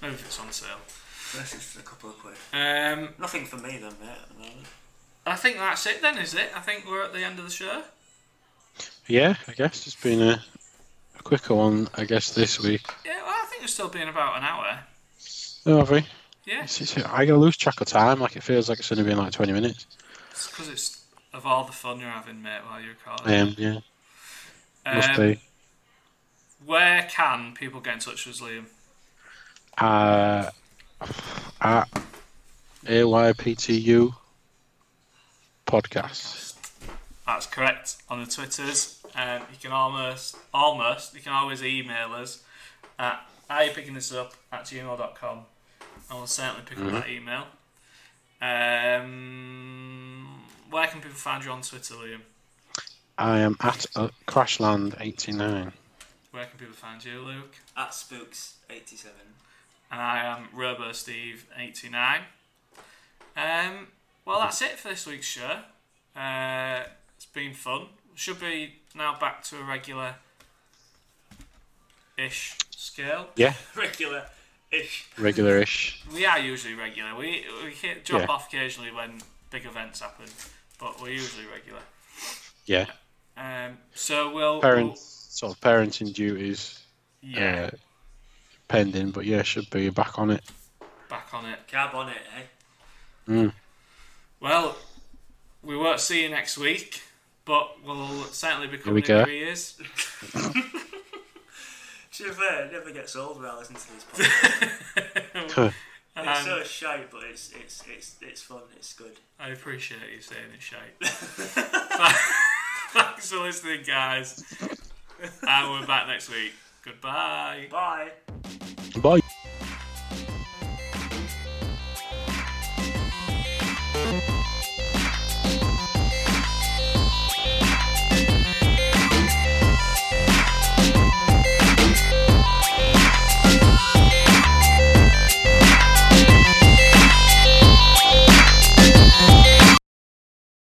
S2: maybe if it's on sale.
S3: Unless it's a couple of quid.
S2: Um,
S3: Nothing for me then, mate. at the moment.
S2: I think that's it then, is it? I think we're at the end of the show.
S1: Yeah, I guess it's been a, a quicker one, I guess, this week.
S2: Yeah, well, I think it's still been about an hour.
S1: Oh, have we?
S2: Yeah,
S1: It's, it's, I gotta lose track of time. Like it feels like it's only been like twenty minutes.
S2: it's because it's of all the fun you're having, mate, while you're recording.
S1: Um, yeah, must
S2: Um,
S1: be.
S2: Where can people get in touch with Liam?
S1: Uh, at A Y P T U podcast.
S2: That's correct. On the Twitters, um, you can almost, almost, you can always email us at are you picking this up at gmail.com and we'll certainly pick up that
S1: Mm-hmm.
S2: email. Um, where can people find you on Twitter, Liam?
S1: I am at uh, Crashland eighty nine.
S2: Where can people find you, Luke?
S3: At Spooks eighty [laughs] seven.
S2: And I am Robo Steve 89 Um, well, that's it for this week's show. Uh, it's been fun. Should be now back to a regular ish scale.
S1: Yeah,
S3: Regular ish.
S1: regular-ish.
S2: We are usually regular. We we hit- drop
S1: Yeah.
S2: off occasionally when big events happen, but we're usually regular.
S1: Yeah,
S2: Um, so we'll,
S1: parents sort of parenting duties.
S2: we'll- yeah,
S1: Yeah. Uh, pending, but yeah, should be back on it.
S2: back on it.
S3: Cab on it, eh?
S2: Well, we won't see you next week, but we'll certainly be
S1: we
S2: coming
S1: go.
S2: in three years. [laughs]
S3: To be fair, it never gets old when I listen to these podcasts. it's so shite, but it's it's it's it's fun. It's good.
S2: I appreciate you saying it, Shane. Thanks for listening, guys. And we're back next week. Goodbye.
S3: Bye.
S1: Bye.